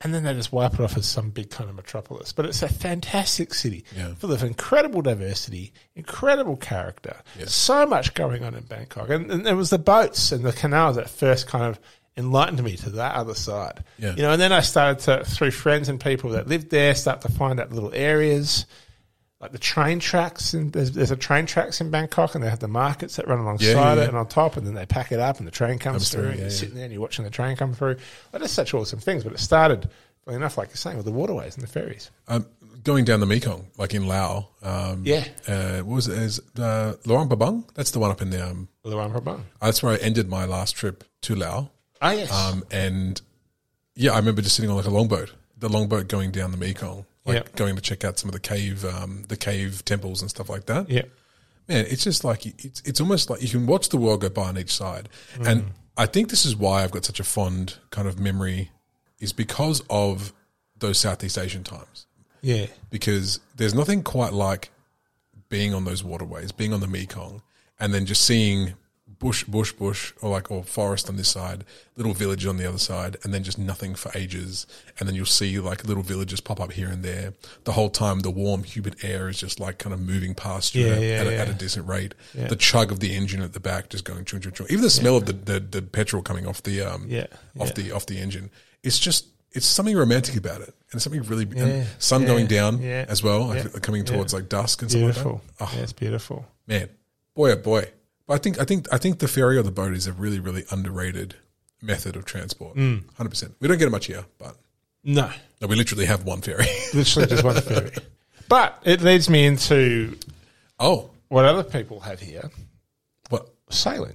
A: and then they just wipe it off as some big kind of metropolis. But it's a fantastic city
B: Yeah.
A: full of incredible diversity, incredible character, so much going on in Bangkok. And, and it was the boats and the canal that first kind of enlightened me to that other side.
B: Yeah.
A: You know, and then I started to, through friends and people that lived there, start to find out little areas. Like the train tracks, and there's, there's a train tracks in Bangkok, and they have the markets that run alongside
B: Yeah, yeah,
A: it
B: yeah.
A: and on top, and then they pack it up, and the train comes
B: Comes
A: through,
B: through,
A: and
B: yeah,
A: you're
B: yeah.
A: sitting there and you're watching the train come through. Like, that's such awesome things. But it started, funny enough, like you're saying, with the waterways and the ferries.
B: Um, going down the Mekong, like in Laos. Um,
A: Yeah.
B: Uh, what was it? Is uh, Luang Prabang? That's the one up in the. Um,
A: Luang Prabang.
B: that's where I ended my last trip to Laos.
A: Ah, yes.
B: Um, and yeah, I remember just sitting on like a longboat, the longboat going down the Mekong, like
A: Yeah.
B: going to check out some of the cave, um, the cave temples and stuff like that.
A: yeah.
B: Man, it's just like it's it's almost like you can watch the world go by on each side, and I think this is why I've got such a fond kind of memory, is because of those Southeast Asian times
A: Yeah.
B: because there's nothing quite like being on those waterways, being on the Mekong, and then just seeing bush, bush, bush, or like or forest on this side, little village on the other side, and then just nothing for ages, and then you'll see like little villages pop up here and there. The whole time, the warm, humid air is just like kind of moving past you
A: Yeah,
B: at,
A: yeah,
B: at, a,
A: yeah.
B: at a decent rate. The chug of the engine at the back just going chung chung chung. Even the smell of the, the the petrol coming off the um
A: Yeah,
B: off
A: yeah.
B: the off the engine. It's just it's something romantic about it, and something really and sun going down
A: yeah,
B: as well, like
A: yeah,
B: coming towards like dusk and stuff like that.
A: Beautiful. yeah, it's beautiful.
B: Man, boy oh boy! But I think I think I think the ferry or the boat is a really really underrated method of transport. Hundred percent. We don't get it much here, but
A: No.
B: no, we literally have one ferry.
A: Literally just one ferry. But it leads me into
B: oh,
A: what other people have here
B: what?
A: sailing.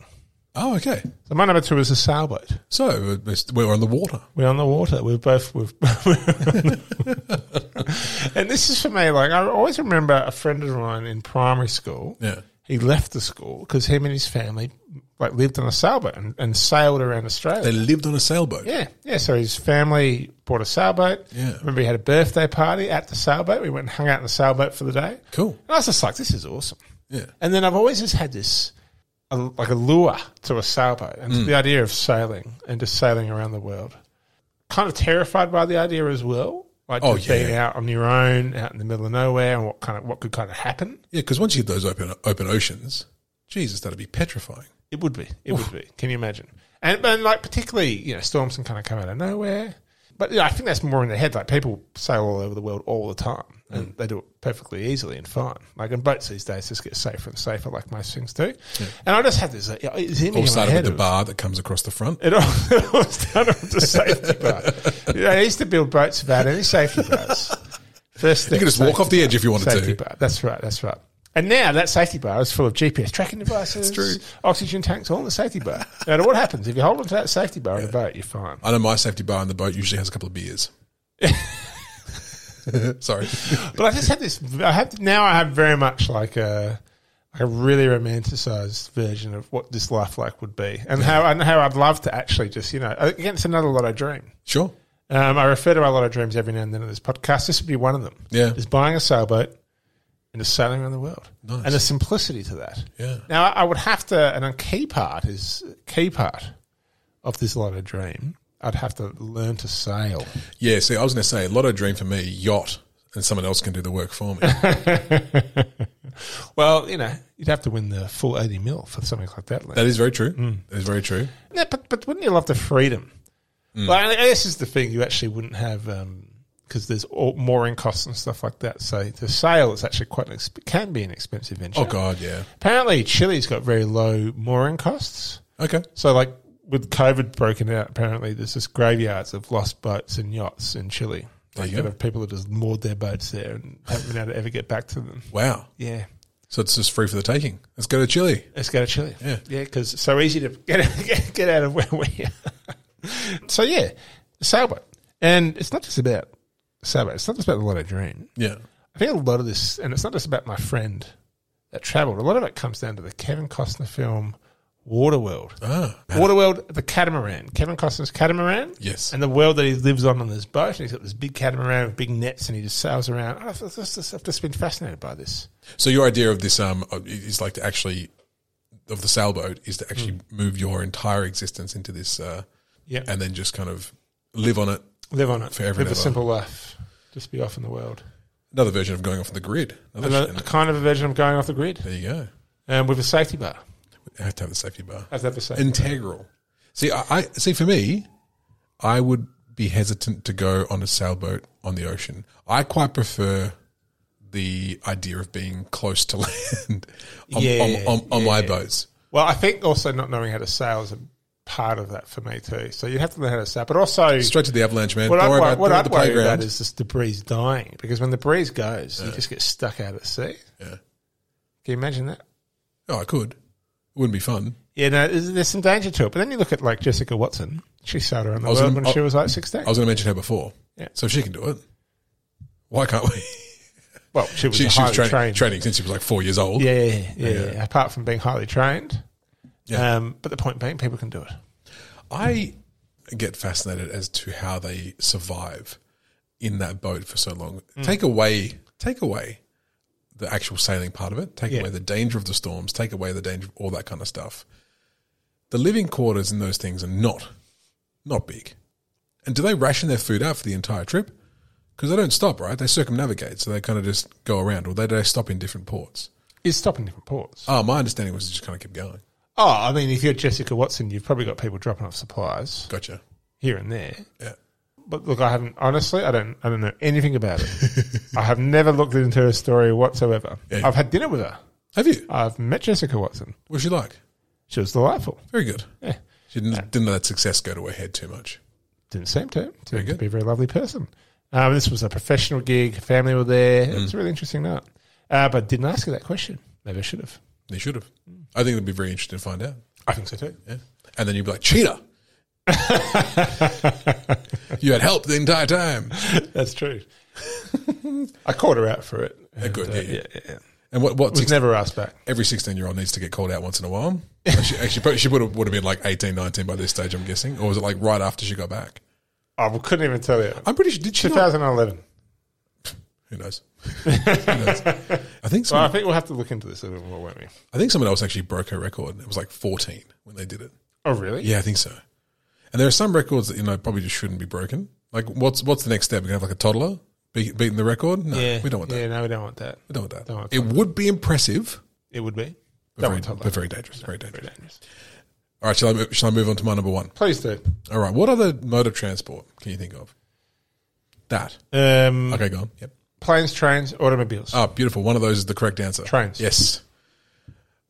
B: Oh, okay.
A: So my number two is a sailboat.
B: So we're, we're on the water.
A: We're on the water. We're both. We've, and this is for me. Like I always remember a friend of mine in primary school.
B: Yeah.
A: He left the school because him and his family like lived on a sailboat and, and sailed around Australia.
B: They lived on a sailboat.
A: yeah, yeah. So his family bought a sailboat.
B: Yeah.
A: Remember, he had a birthday party at the sailboat. We went and hung out in the sailboat for the day.
B: Cool.
A: And I was just like, this is awesome.
B: Yeah.
A: And then I've always just had this, a, like a lure to a sailboat and
B: Mm.
A: to the idea of sailing and just sailing around the world. Kind of terrified by the idea as well. Like
B: Oh,
A: just
B: yeah.
A: being out on your own, out in the middle of nowhere, and what kind of what could kind of happen?
B: Yeah. Because once you get those open open oceans, Jesus, that'd be petrifying.
A: It would be. It would be. Can you imagine? And and like particularly, you know, storms can kind of come out of nowhere. But yeah, I think that's more in their head. Like people sail all over the world all the time,
B: Mm.
A: and they do it perfectly easily and fine. Like and boats these days just get safer and safer, like most things do. And I just had this. uh, It's in
B: All
A: my
B: started
A: head.
B: with the
A: It was-
B: bar that comes across the front.
A: It all, it all started with the safety bar. You know, they used to build boats without any safety bars. First thing,
B: You could just walk off the edge if you wanted
A: safety
B: to.
A: bar. That's right. That's right. And now that safety bar is full of GPS tracking devices,
B: true.
A: oxygen tanks, all in the safety bar. No matter what happens, if you hold onto that safety bar in a boat, you're fine.
B: I know my safety bar in the boat usually has a couple of beers. Sorry.
A: But I just had this. I have now. I have very much like a like a really romanticized version of what this life like would be, and how and how I'd love to actually just you know again, it's another lotto dream.
B: Sure.
A: Um, I refer to a lot of dreams every now and then in this podcast. This would be one of them.
B: Yeah.
A: Is buying a sailboat and just sailing around the world.
B: Nice.
A: And the simplicity to that.
B: Yeah.
A: Now, I I would have to, and a key part is, key part of this lotto dream, I'd have to learn to sail.
B: Yeah, see, I was going to say, Lotto Dream for me, yacht and someone else can do the work for me.
A: Well, you know, you'd have to win the full 80 mil for something like that.
B: that is very true.
A: Mm.
B: That is very true.
A: Yeah, but, but wouldn't you love the freedom? Well, and this is the thing you actually wouldn't have because there's all, mooring costs and stuff like that. So the sail is actually quite an exp- can be an expensive venture.
B: Oh God, yeah.
A: Apparently, Chile's got very low mooring costs.
B: Okay.
A: So, like with COVID broken out, apparently there's this graveyards of lost boats and yachts in Chile.
B: There
A: Like,
B: you
A: you
B: go.
A: know, people that just moored their boats there and haven't been able to ever get back to them.
B: Wow.
A: Yeah.
B: So it's just free for the taking. Let's go to Chile.
A: Let's go to Chile.
B: Yeah.
A: yeah, because it's so easy to get get, get out of where we are. so yeah, sailboat, and it's not just about sailboat. It's not just about the lotto dream.
B: Yeah.
A: I think a lot of this, and it's not just about my friend that travelled. A lot of it comes down to the Kevin Costner film Waterworld.
B: Ah.
A: Waterworld, the catamaran, Kevin Costner's catamaran.
B: Yes.
A: And the world that he lives on on this boat, and he's got this big catamaran with big nets, and he just sails around. I've just, I've just been fascinated by this.
B: So your idea of this um is like to actually of the sailboat is to actually move your entire existence into this uh,
A: Mm. Yeah,
B: and then just kind of live on it.
A: live on it,
B: Forever and
A: live a
B: ever.
A: simple life, just be off in the world.
B: Another version of going off the grid. Another
A: Another
B: sh-
A: kind of a version of going off the grid
B: there you go.
A: um, with a safety bar.
B: I have to have the safety bar.
A: As that the safety.
B: Integral. See, I, I see. For me, I would be hesitant to go on a sailboat on the ocean. I quite prefer the idea of being close to land on,
A: Yeah,
B: on, on, on my boats.
A: well, I think also not knowing how to sail is a part of that for me too. So you have to learn how to sail, but also
B: Straight to the avalanche, man.
A: what
B: Don't
A: I
B: worry about
A: what
B: don't worry
A: I'd
B: about the
A: worry
B: playground.
A: about is just the breeze dying because when the breeze goes, you just get stuck out at sea.
B: Yeah.
A: Can you imagine that?
B: Oh, I could. It wouldn't be fun.
A: Yeah, no, there's, there's some danger to it. But then you look at like Jessica Watson. She sailed around the
B: was
A: world
B: gonna-
A: when
B: I-
A: she was like 16.
B: I was going to mention her before.
A: Yeah.
B: So if she can do it, why can't we?
A: well, she was,
B: She, she
A: highly
B: was training,
A: trained.
B: training since she was like four years old.
A: Yeah, yeah, yeah, yeah. Apart from being highly trained.
B: Yeah.
A: Um, but the point being, people can do it.
B: I get fascinated as to how they survive in that boat for so long. Take away, take away the actual sailing part of it. Take
A: Yeah.
B: away the danger of the storms. Take away the danger of all that kind of stuff. The living quarters in those things are not, not big. And do they ration their food out for the entire trip? Because they don't stop, right? They circumnavigate, so they kind of just go around, or they, they stop in different ports.
A: Is stopping different ports.
B: Oh, my understanding was it just kind of kept going.
A: Oh, I mean, if you're Jessica Watson, you've probably got people dropping off supplies
B: Gotcha.
A: here and there.
B: Yeah.
A: But look, I haven't honestly. I don't. I don't know anything about it. I have never looked into her story whatsoever.
B: Yeah.
A: I've had dinner with her.
B: Have you?
A: I've met Jessica Watson.
B: What's she like?
A: She was delightful.
B: Very good.
A: Yeah.
B: She didn't, didn't let that success go to her head too much.
A: Didn't seem to. Seemed to
B: good.
A: be a very lovely person. Um, this was a professional gig. Her Family were there. It
B: Mm.
A: was a really interesting night. Uh, but didn't ask her that question. Maybe I should have.
B: They should have. I think it'd be very interesting to find out.
A: I think so too.
B: Yeah. And then you'd be like, cheater. you had help the entire time.
A: That's true. I called her out for it. And,
B: good, yeah, yeah.
A: yeah, yeah.
B: And what? What?
A: Was
B: Six,
A: never asked back.
B: every sixteen-year-old needs to get called out once in a while. Actually, actually probably, she would have, would have been like 18, 19 by this stage, I'm guessing, or was it like right after she got back?
A: I couldn't even tell you.
B: I'm pretty sure. Did she? Not,
A: 2011.
B: who knows? who knows? I think.
A: Well, I
B: Someone,
A: think we'll have to look into this a little more, won't we?
B: I think someone else actually broke her record. It was like fourteen when they did it.
A: Oh, really?
B: Yeah, I think so. And there are some records that you know probably just shouldn't be broken. Like, what's what's the next step? We're gonna have like a toddler be, beating the record? No, Uh, we don't want that.
A: Yeah, no, we don't want that.
B: We don't want that.
A: Don't want
B: it would be impressive,
A: It would be.
B: but,
A: Don't
B: very,
A: want toddler.
B: but very dangerous. very dangerous.
A: Very dangerous.
B: All right, shall I move, shall I move on to my number one?
A: Please do.
B: All right, what other mode of transport can you think of? That
A: Um,
B: okay, go on. Yep.
A: Planes, trains, automobiles.
B: Ah, beautiful. One of those is the correct answer.
A: Trains.
B: Yes.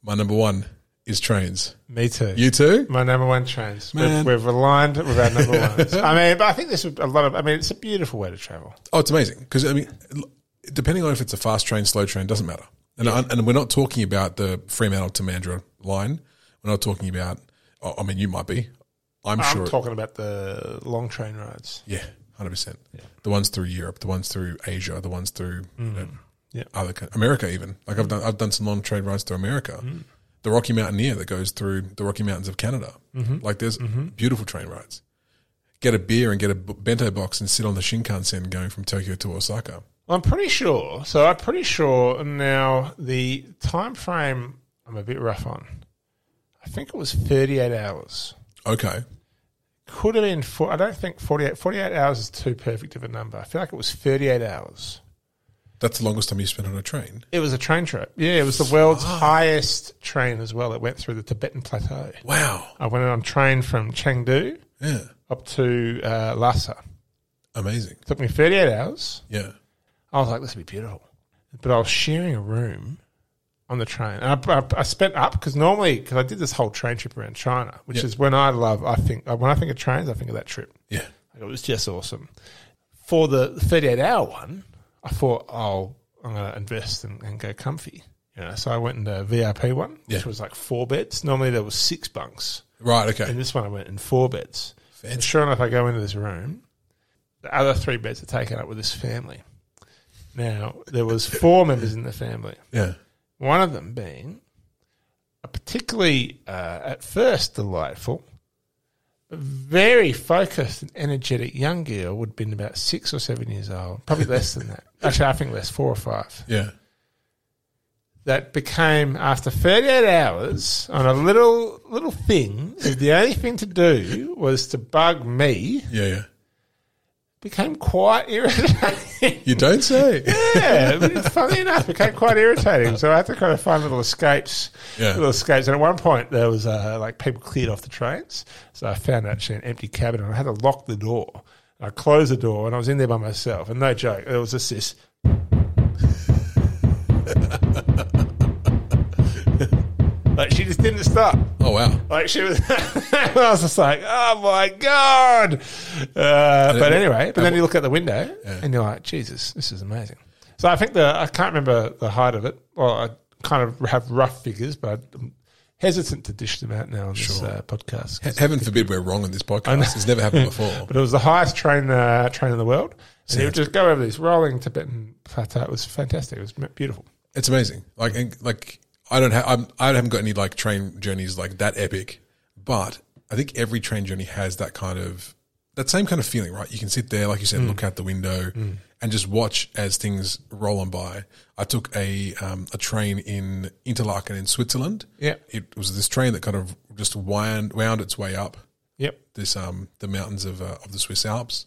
B: My number one is trains.
A: Me too.
B: You too.
A: My number one trains.
B: Man.
A: We've, we've aligned with our number ones. I mean, but I think this would a lot of. I mean, it's a beautiful way to travel.
B: Oh, it's amazing because I mean, l- depending on if it's a fast train, slow train, doesn't matter. And and we're not talking about the Fremantle to Mandurah line. We're not talking about. oh, I mean, you might be. I'm,
A: I'm
B: sure.
A: talking about the long train rides.
B: yeah, hundred percent. The ones through Europe, the ones through Asia, the ones through you know,
A: Mm. Yeah. Mm.
B: other coun- America. Even like I've done, I've done some long train rides through America. The Rocky Mountaineer that goes through the Rocky Mountains of Canada.
A: Mm-hmm.
B: Like there's beautiful train rides. Get a beer and get a b- bento box and sit on the Shinkansen going from Tokyo to Osaka.
A: Well, I'm pretty sure. So I'm pretty sure now the time frame. I'm a bit rough on. I think it was 38 hours.
B: Okay.
A: could have been. Four, I don't think 48, 48 hours is too perfect of a number. I feel like it was thirty eight hours.
B: That's the longest time you spent on a train.
A: It was a train trip. Yeah, it was the world's highest train as well. It went through the Tibetan Plateau.
B: Wow.
A: I went on train from Chengdu
B: Yeah.
A: up to uh, Lhasa.
B: Amazing.
A: took me 38 hours.
B: Yeah.
A: I was like, this would be beautiful. But I was sharing a room on the train. And I, I, I spent up because normally, because I did this whole train trip around China, which
B: Yeah.
A: is when I love, I think, uh, when I think of trains, I think of that trip.
B: Yeah.
A: Like, it was just awesome. For the 38 hour one, I thought, oh, I'm going to invest and, and go comfy. You know, so I went in the VIP one, which
B: Yeah.
A: was like four beds. Normally there was six bunks.
B: Right.
A: And
B: Okay.
A: this one I went in four beds. And sure enough, I go into this room. The other three beds are taken up with this family. Now, there was four members in the family.
B: Yeah.
A: One of them being a particularly, uh, at first, delightful, very focused and energetic young girl would have been about six or seven years old, probably less than that. Actually, I think less, four or five.
B: Yeah.
A: That became, after 38 hours, on a little little thing, the only thing to do was to bug me
B: Yeah. Yeah.
A: became quite irritating.
B: You don't say.
A: yeah, but funny enough, became quite irritating. So I had to kind of find little escapes,
B: Yeah.
A: little escapes. And at one point, there was uh, like people cleared off the trains, so I found actually an empty cabin, and I had to lock the door. And I closed the door, and I was in there by myself. And no joke, there was just this. like she just didn't stop.
B: Oh wow.
A: Like she was, I was just like, oh my god. Uh, but anyway, but then you look at the window and you're like, Jesus, this is amazing. So I think the I can't remember the height of it. Well, I kind of have rough figures, but I'm hesitant to dish them out now on this uh, podcast. 'cause-
B: Heaven forbid we're wrong on this podcast. It's never happened before.
A: But it was the highest train uh, train in the world, and it would just go over this rolling Tibetan plateau. It was fantastic. It was beautiful.
B: It's amazing. Like and, like I don't have I'm, I haven't got any like train journeys like that epic, but I think every train journey has that kind of that same kind of feeling, right? You can sit there, like you said, look out the window and just watch as things roll on by. I took a um, a train in Interlaken in Switzerland.
A: Yeah.
B: it was this train that kind of just wound wound its way up
A: Yep.
B: this um the mountains of uh, of the Swiss Alps.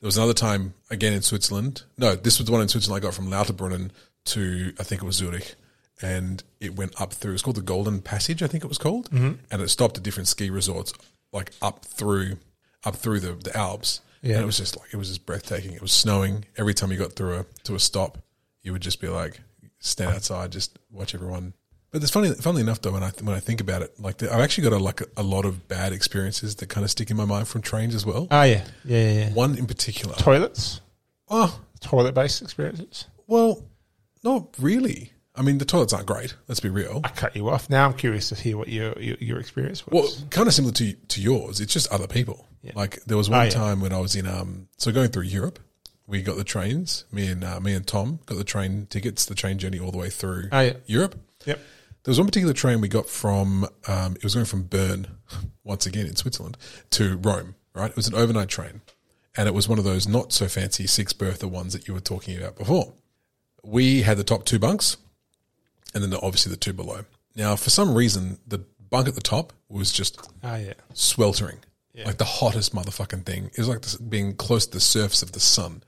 B: There was another time again in Switzerland. No, this was the one in Switzerland I got from Lauterbrunnen to I think it was Zurich, and it went up through. It's called the Golden Passage, I think it was called, and it stopped at different ski resorts, like up through up through the the Alps.
A: Yeah.
B: And it was just like it was just breathtaking. It was snowing every time you got through a to a stop. You would just be like stand outside, just watch everyone but it's funny, funnily enough though, when I when I think about it, like the, I've actually got a, like a lot of bad experiences that kind of stick in my mind from trains as well.
A: Oh yeah. Yeah. yeah, yeah.
B: One in particular.
A: Toilets,
B: Oh
A: toilet based experiences.
B: well, not really. I mean, the toilets aren't great. Let's be real.
A: I cut you off. Now I'm curious to hear what your your, your experience was.
B: Well, kind of similar to to yours. It's just other people. Like there was one
A: yeah.
B: time when I was in um, so going through Europe, we got the trains. Me and uh, me and Tom got the train tickets, the train journey all the way through
A: Oh, yeah.
B: Europe.
A: Yep.
B: There was one particular train we got from, um, it was going from Bern, once again in Switzerland, to Rome, right? It was an overnight train. And it was one of those not so fancy six berther ones that you were talking about before. We had the top two bunks and then the, obviously the two below. Now, for some reason, the bunk at the top was just
A: Oh yeah.
B: sweltering, like the hottest motherfucking thing. It was like this, being close to the surface of the sun.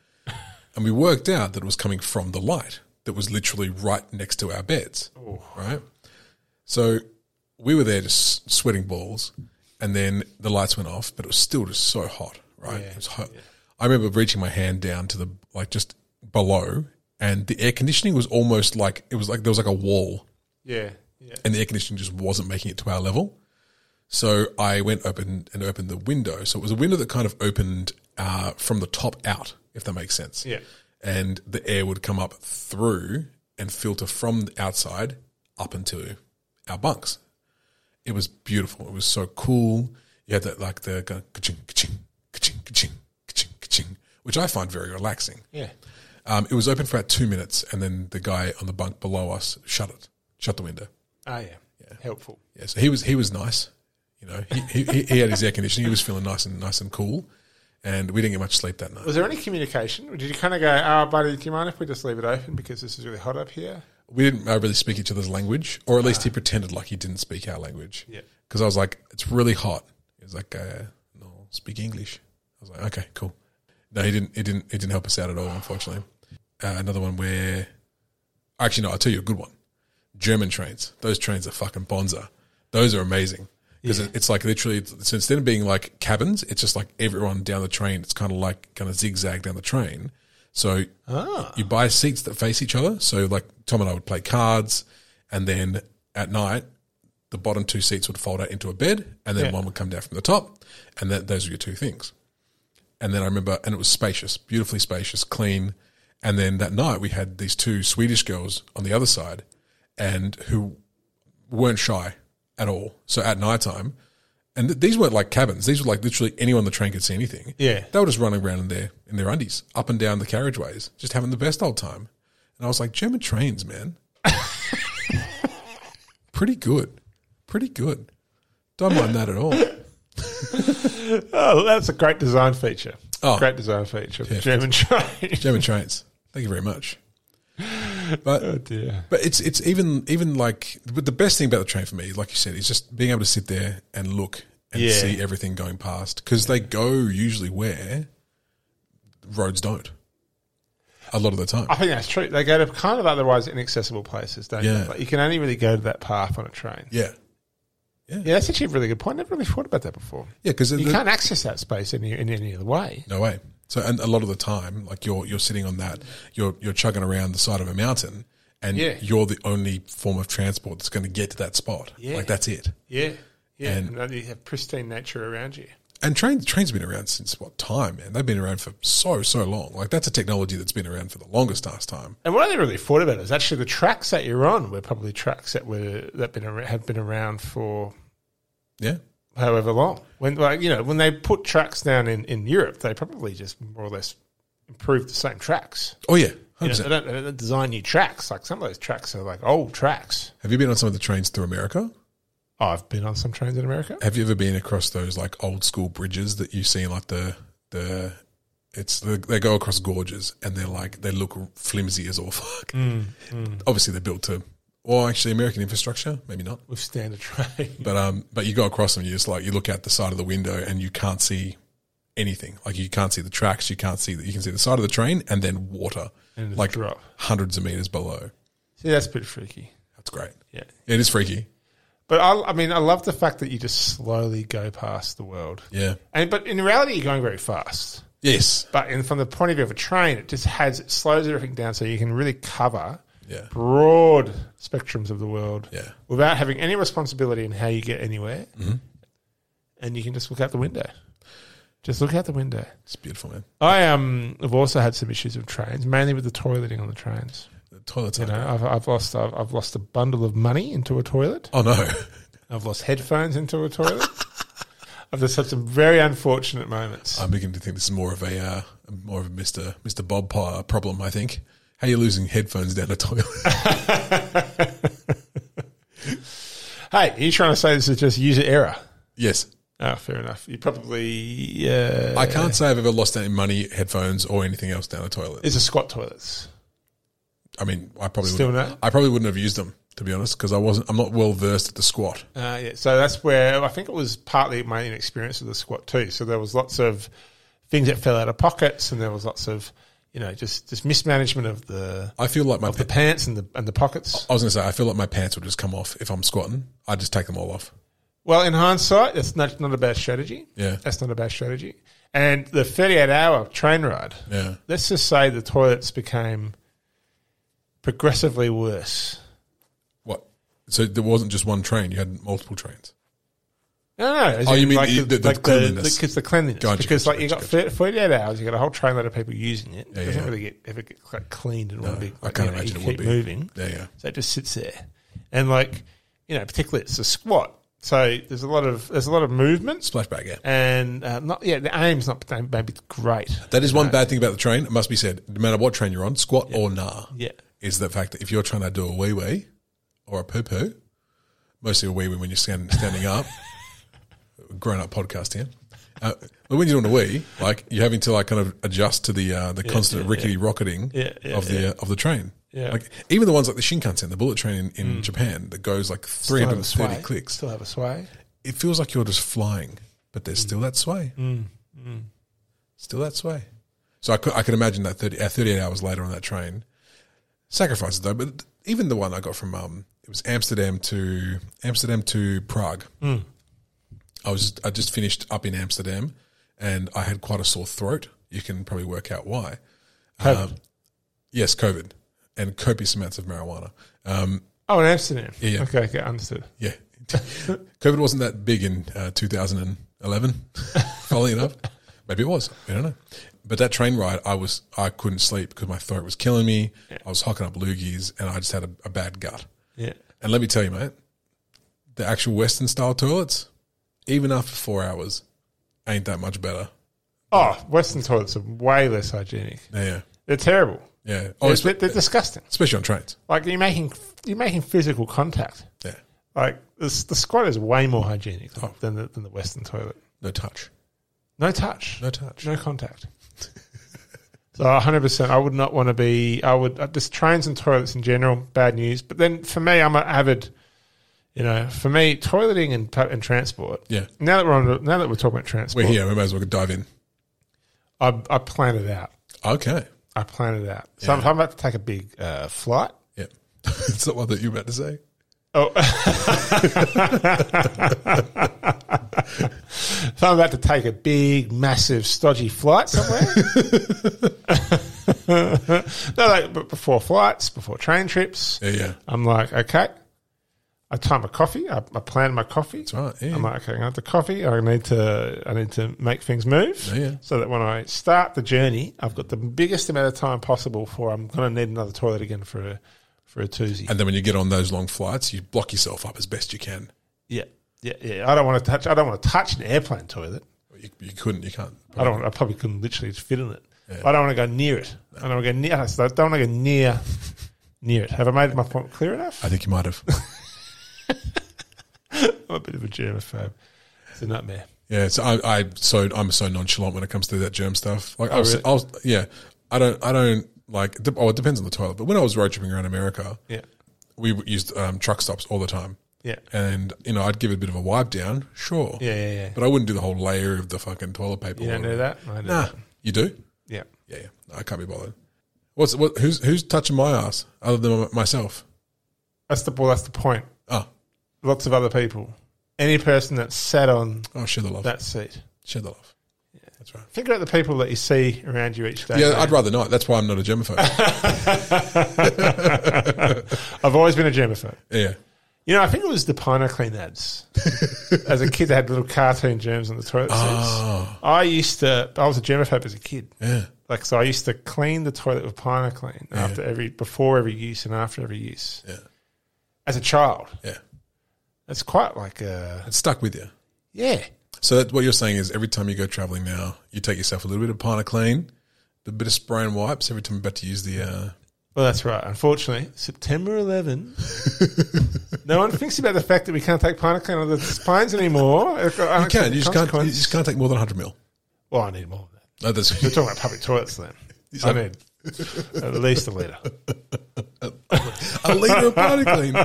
B: and we worked out that it was coming from the light that was literally right next to our beds, right? So we were there just sweating balls, and then the lights went off, but it was still just so hot, right? It was hot. I remember reaching my hand down to the like just below, and the air conditioning was almost like it was like there was like a wall
A: Yeah. Yeah.
B: and the air conditioning just wasn't making it to our level. So I went open and opened the window. So it was a window that kind of opened uh, from the top out, if that makes sense.
A: Yeah.
B: And the air would come up through and filter from the outside up into our bunks. It was beautiful. It was so cool. You had that like the kind of ka-ching, ka-ching, ka-ching, ka-ching, ka-ching, ka-ching, which I find very relaxing.
A: Yeah.
B: Um, it was open for about two minutes, and then the guy on the bunk below us shut it, shut the window.
A: Oh yeah. Helpful.
B: Yeah, so he was he was nice. You know, he, he, he had his air conditioning. He was feeling nice and nice and cool, and we didn't get much sleep that night.
A: Was there any communication? Or did you kind of go, "Oh, buddy, do you mind if we just leave it open because this is really hot up here"?
B: We didn't uh, really speak each other's language, or at least he pretended like he didn't speak our language.
A: Yeah.
B: because I was like, it's really hot. He was like, uh, no, speak English. I was like, okay, cool. No, he didn't. He didn't. He didn't help us out at all, unfortunately. Uh, another one where, actually, no, I'll tell you a good one. German trains. Those trains are fucking bonza. Those are amazing because it's like literally so instead of being like cabins, it's just like everyone down the train. It's kind of like kind of zigzag down the train. So you buy seats that face each other. So like Tom and I would play cards, and then at night the bottom two seats would fold out into a bed, and then
A: Yeah.
B: one would come down from the top, and that those were your two things. And then I remember, and it was spacious, beautifully spacious, clean. And then that night we had these two Swedish girls on the other side, and who weren't shy at all. So at nighttime, and th- these weren't like cabins; these were like literally anyone on the train could see anything.
A: Yeah.
B: they were just running around in their in their undies, up and down the carriageways, just having the best old time. And I was like, German trains, man, pretty good, pretty good. Don't mind that at all.
A: Oh, that's a great design feature.
B: Oh.
A: Great design feature. The German train.
B: German trains, thank you very much. But
A: oh dear.
B: But it's it's even even like but the best thing about the train for me, like you said, is just being able to sit there and look and
A: Yeah.
B: see everything going past because they go usually where roads don't. A lot of the time,
A: I think that's true. They go to kind of otherwise inaccessible places, don't
B: Yeah.
A: they? Like you can only really go to that path on a train.
B: yeah,
A: Yeah, that's actually a really good point. Never really thought about that before.
B: yeah, because
A: You can't access that space any, in any other way.
B: no way. So and a lot of the time, like you're you're sitting on that, you're you're chugging around the side of a mountain, and
A: Yeah.
B: you're the only form of transport that's going to get to that spot.
A: Yeah.
B: Like that's it.
A: Yeah. Yeah.
B: And-
A: And, you have pristine nature around you.
B: And trains trains have been around since what time, man? They've been around for so so long. Like that's a technology that's been around for the longest ass time.
A: And what I never really thought about is actually the tracks that you're on were probably tracks that were that been ar- have been around for
B: Yeah.
A: however long. When like you know when they put tracks down in, in Europe, they probably just more or less improved the same tracks.
B: Oh yeah.
A: You know,
B: 100%.
A: they, don't, they don't design new tracks. Like some of those tracks are like old tracks.
B: Have you been on some of the trains through America?
A: Oh, I've been on some trains in America.
B: Have you ever been across those like old school bridges that you see in like the the it's they go across gorges and they're like they look flimsy as all fuck. Obviously they're built to or actually American infrastructure, maybe not.
A: With standard train.
B: But um but you go across them you just like you look out the side of the window and you can't see anything. Like you can't see the tracks, you can't see that you can see the side of the train and then water
A: And it's
B: like
A: drop.
B: hundreds of meters below.
A: See, that's a bit freaky.
B: That's great.
A: Yeah.
B: It is freaky.
A: But I, I mean, I love the fact that you just slowly go past the world.
B: Yeah.
A: And but in reality, you're going very fast.
B: Yes.
A: But in, from the point of view of a train, it just has it slows everything down so you can really cover
B: Yeah.
A: broad spectrums of the world
B: Yeah.
A: without having any responsibility in how you get anywhere. And you can just look out the window. Just look out the window.
B: It's beautiful, man.
A: I um, have also had some issues with trains, mainly with the toileting on the trains.
B: The toilets
A: You
B: are.
A: know, I've, I've lost I've, I've lost a bundle of money into a toilet.
B: Oh no.
A: I've lost headphones into a toilet. I've just had some very unfortunate moments.
B: I'm beginning to think this is more of a uh, more of a Mr. Mr. Bob Pye problem. I think. How you losing headphones down a toilet?
A: Hey, are you trying to say this is just user error?
B: yes,
A: Ah, fair enough. You probably uh,
B: I can't say I've ever lost any money, headphones, or anything else down a toilet.
A: It's a squat toilets.
B: I mean, I probably
A: Still
B: wouldn't-
A: not?
B: I probably wouldn't have used them to be honest because I wasn't. I'm not well versed at the squat.
A: Uh, yeah, so that's where I think it was partly my inexperience with the squat too. So there was lots of things that fell out of pockets, and there was lots of you know just just mismanagement of the
B: I feel like my.
A: of the pants and the and the pockets.
B: I was going to say I feel like my pants would just come off if I'm squatting. I just take them all off.
A: Well, in hindsight, that's not not a bad strategy.
B: Yeah.
A: that's not a bad strategy. And the thirty-eight hour train ride.
B: Yeah.
A: Let's just say the toilets became progressively worse.
B: What? So there wasn't just one train. You had multiple trains.
A: No, no. as
B: Oh, you
A: in,
B: mean the- the- the cleanliness.
A: Because the cleanliness.
B: Gotcha,
A: because
B: gotcha,
A: like you got
B: gotcha,
A: thir 48 hours, you got a whole trainload of people using it. it doesn't
B: yeah.
A: really get ever get like cleaned in one big.
B: I
A: like,
B: can't
A: you know,
B: imagine
A: you
B: it would
A: keep
B: be.
A: moving,
B: Yeah, yeah.
A: so it just sits there, and like you know, particularly it's a squat. So there's a lot of there's a lot of movement,
B: Splashback. Yeah.
A: and uh, not yeah, the aim's not maybe great.
B: That is one bad thing about the train. It must be said, no matter what train you're on, squat or nah,
A: Yeah.
B: is the fact that if you're trying to do a wee wee or a poo poo, mostly a wee wee when you're stand, standing up, grown up podcast here. Uh, but when you're doing a wee, like you're having to like kind of adjust to the uh, the constant rickety rocketing
A: Yeah, yeah,
B: of the uh, of the train.
A: Yeah. Mm.
B: Like even the ones like the Shinkansen, the bullet train in, in Japan that goes like
A: Still have a
B: 330
A: sway.
B: clicks.
A: Still have a sway.
B: It feels like you're just flying, but there's still that sway. Still that sway. So I could, I could imagine that 30, uh, 38 hours later on that train. Sacrifices though, but even the one I got from um, it was Amsterdam to Amsterdam to Prague. I was I just finished up in Amsterdam, and I had quite a sore throat. You can probably work out why. Um,
A: COVID.
B: Yes, COVID and copious amounts of marijuana. Um,
A: oh, in Amsterdam.
B: yeah.
A: Okay, okay, understood.
B: yeah, COVID wasn't that big in uh, 2011. Funnily enough, maybe it was. We don't know. But that train ride, I was I couldn't sleep because my throat was killing me. I was hocking up loogies, and I just had a, a bad gut.
A: Yeah.
B: And let me tell you, mate, the actual Western style toilets, even after four hours, ain't that much better.
A: Oh, Western toilets are way less hygienic.
B: Yeah,
A: They're terrible.
B: yeah.
A: Oh,
B: Oh,
A: they're, they're disgusting.
B: especially on trains.
A: Like you're making you're making physical contact.
B: Yeah,
A: Like this, the squat is way more hygienic than the, than the Western toilet.
B: no touch,
A: No touch.
B: no touch.
A: No contact. so 100%. I would not want to be. I would. Uh, just trains and toilets in general, bad news. But then for me, I'm an avid. You know, for me, toileting and tra- and transport.
B: Yeah,
A: Now that we're on, now that we're talking about
B: we're
A: transport,
B: here. We may as well dive in.
A: I I plan it out.
B: Okay.
A: I plan it out. So if I'm about to take a big uh, flight,
B: Yeah, it's not what that you were about to say.
A: Oh. if I'm about to take a big, massive, stodgy flight somewhere. no, like, but before flights, before train trips,
B: Yeah, yeah.
A: I'm like, okay. I time my coffee. I, I plan my coffee.
B: That's right. Yeah.
A: I'm like, okay, I have the coffee. I need to, I need to make things move,
B: Yeah, yeah.
A: so that when I start the journey, I've got the biggest amount of time possible for. I'm going to need another toilet again for a, for a toozy.
B: and then when you get on those long flights, you block yourself up as best you can.
A: Yeah, yeah, yeah. I don't want to touch. I don't want to touch an airplane toilet.
B: You, you couldn't. You can't.
A: I don't. I probably couldn't literally fit in it. I don't want to go near it. I don't want to go near. I don't want to go near near it. Have I made my point clear enough?
B: I think you might have.
A: I'm a bit of a germaphobe. It's a nightmare.
B: Yeah, so I, I so I'm so nonchalant when it comes to that germ stuff. Like I was,
A: Oh, really?
B: I was, yeah, I don't, I don't like. de- Oh, it depends on the toilet. But when I was road tripping around America,
A: Yeah,
B: we used um, truck stops all the time,
A: yeah,
B: and you know I'd give it a bit of a wipe down, sure,
A: yeah, yeah. yeah.
B: but I wouldn't do the whole layer of the fucking toilet paper.
A: You don't
B: on it.
A: do that. I do.
B: Nah, you do.
A: Yeah.
B: Yeah, yeah. No, I can't be bothered. What's what? Who's who's touching my ass other than myself?
A: That's the well. That's the point.
B: Oh,
A: Lots of other people. Any person that sat on
B: oh, share the love,
A: that seat.
B: share the love. That's right.
A: Think about the people that you see around you each day.
B: Yeah, I'd rather not. That's why I'm not a germaphobe.
A: I've always been a germaphobe.
B: yeah.
A: You know, I think it was the Pinoclean ads. as a kid, they had little cartoon germs on the toilet seats.
B: Oh,
A: I used to. I was a germaphobe as a kid.
B: yeah.
A: Like so, I used to clean the toilet with Pinoclean after every, before every use, and after every use.
B: Yeah.
A: As a child,
B: Yeah.
A: that's quite like a
B: It's stuck with you.
A: yeah.
B: So that, what you're saying is every time you go traveling now, you take yourself a little bit of Pinoclean, a bit of spray and wipes every time you're about to use the. Uh,
A: Well, that's right. Unfortunately, September 11. no one thinks about the fact that we can't take Pinoclean on the planes anymore. You
B: you can. You just can't. You just can't take more than 100 mil.
A: Well, I need more than that.
B: No, that's
A: We're talking about public toilets then. I need at least a litre.
B: a liter of Pinoclean.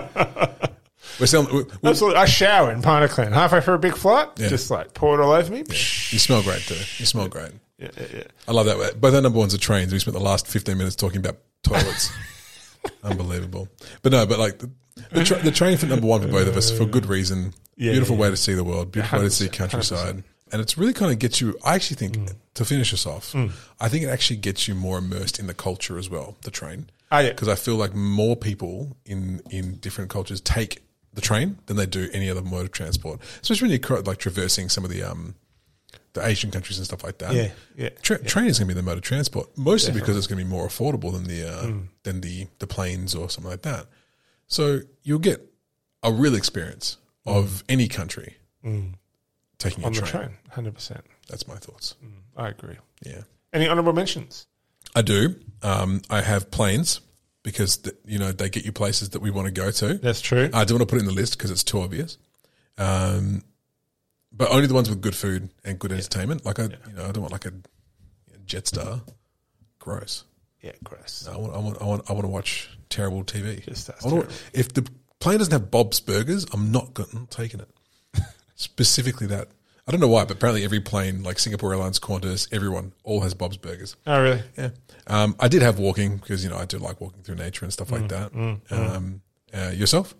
B: We're selling. We, we,
A: Absolutely. I shower in Pinoclean halfway through a big flight. Just like pour it all over me.
B: you smell great, too. You smell great.
A: Yeah, yeah, yeah.
B: I love that. Both our number ones are trains. We spent the last 15 minutes talking about toilets. Unbelievable. But no, but like the, the, tra- the train for number one for both of us for good reason. beautiful way to see the world, beautiful way to see countryside. And it's really kind of gets you, I actually think,
A: Mm.
B: to finish us off, I think it actually gets you more immersed in the culture as well, the train.
A: Oh, yeah.
B: Because I feel like more people in, in different cultures take the train than they do any other mode of transport, especially when you're cro- like traversing some of the um, the Asian countries and stuff like that.
A: Yeah, yeah,
B: Tra- Train is going to be the mode of transport, mostly because it's going to be more affordable than the uh,
A: Hmm.
B: than the the planes or something like that. So you'll get a real experience of any country taking
A: Hmm. On
B: a
A: the
B: train.
A: train, Hmm. 100%.
B: That's my thoughts.
A: I agree.
B: Yeah,
A: Any honorable mentions?
B: I do. Um, I have planes because th you know they get you places that we want to go to.
A: That's true.
B: I do want to put it in the list because it's too obvious. Um, but only the ones with good food and good entertainment. Like I, you know, I don't want like a Jetstar. Gross.
A: yeah, gross.
B: I want, I want, I want, I want to watch terrible TV.
A: Just that's
B: I wanna- if the plane doesn't have Bob's Burgers, I'm not, go- I'm not taking it. Specifically that. I don't know why, but apparently every plane, like Singapore Airlines, Qantas, everyone, all has Bob's Burgers.
A: Oh, really?
B: Yeah. Um, I did have walking because, you know, I do like walking through nature and stuff like
A: Mm,
B: that. um, Uh, yourself?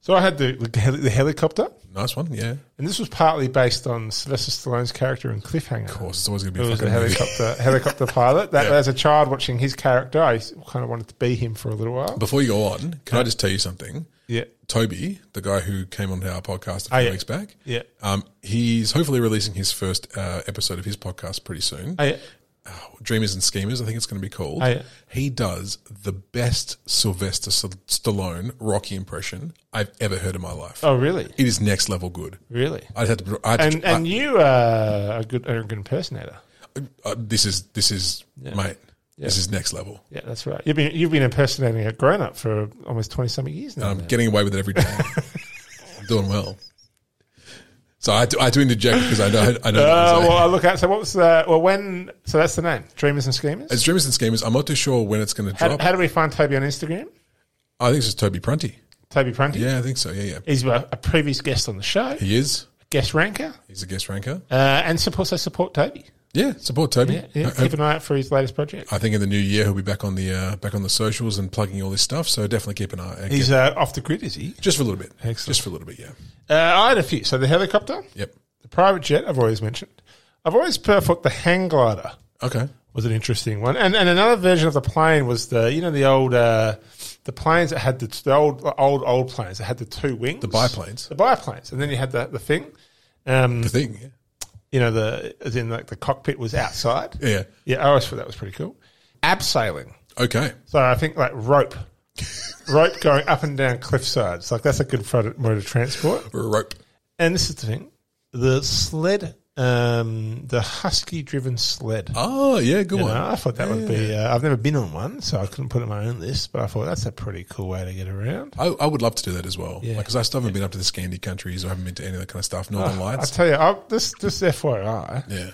A: So I had the, the, heli- the helicopter,
B: Nice one. Yeah. Of
A: and this was partly based on Sylvester Stallone's character in Cliffhanger. Of
B: course, it's always going to
A: It
B: be a
A: was a
B: fucking movie.
A: helicopter helicopter pilot. That as a child watching his character, I kind of wanted to be him for a little while.
B: Before you go on, can I just tell you something?
A: Yeah,
B: Toby, the guy who came on our podcast a few
A: Oh, yeah.
B: weeks back,
A: yeah.
B: um, he's hopefully releasing his first uh, episode of his podcast pretty soon. Uh,
A: I,
B: Dreamers and Schemers, I think it's going to be called.
A: Oh, yeah.
B: He does the best Sylvester S- Stallone Rocky impression I've ever heard in my life.
A: oh, really?
B: It is next level good.
A: Really?
B: I had to. I had
A: And
B: to
A: and you are a good are a good impersonator.
B: I- uh, this is this is mate. This is next level.
A: Yeah, that's right. You've been you've been impersonating a grown up for almost twenty something years now.
B: I'm getting away with it every day. I'm doing well. So I had to, I had to interject because I know I know.
A: Uh, well, I look at so what was the well when so that's the name Dreamers and Schemers.
B: As Dreamers and Schemers, I'm not too sure when it's going to
A: How,
B: drop.
A: how do we find Toby on Instagram?
B: I think it's just Toby Prunty.
A: Toby Prunty.
B: Yeah, I think so. Yeah, yeah.
A: He's a, a previous guest on the show,
B: He is.
A: guest ranker,
B: He's a guest ranker.
A: uh, and sup- also support Toby.
B: Yeah, support Toby.
A: Yeah, yeah.
B: Ho- ho-
A: Keep an eye out for his latest project.
B: I think in the new year he'll be back on the uh, back on the socials and plugging all this stuff. So definitely keep an eye.
A: He's uh, off the grid, is he?
B: just for a little bit. Just for a little bit. Yeah.
A: Uh, I had a few. So the helicopter,
B: Yep.
A: the private jet, I've always mentioned. I've always thought the hang glider
B: Okay.
A: was an interesting one, and and another version of the plane was the you know the old uh, the planes that had the, the old old old planes that had the two wings, the
B: biplanes.
A: the biplanes, and then you had the the thing. Um,
B: The thing.
A: you know the as in like the cockpit was outside.
B: Yeah.
A: Yeah, I always thought that was pretty cool. Abseiling.
B: Okay.
A: So I think like rope, rope going up and down cliff sides. Like that's a good pro- mode of transport.
B: Rope.
A: And this is the thing: the sled, um, the husky-driven sled.
B: Oh yeah, good
A: You know,
B: one.
A: I thought that would be. Uh, I've never been on one, so I couldn't put it on my own list. But I thought that's a pretty cool way to get around.
B: I, I would love to do that as well. Because I still haven't been up to the Scandi countries. I haven't been to any of that kind of stuff. Northern
A: Ah, I
B: Lights.
A: tell you, I, this this FYI,
B: yeah.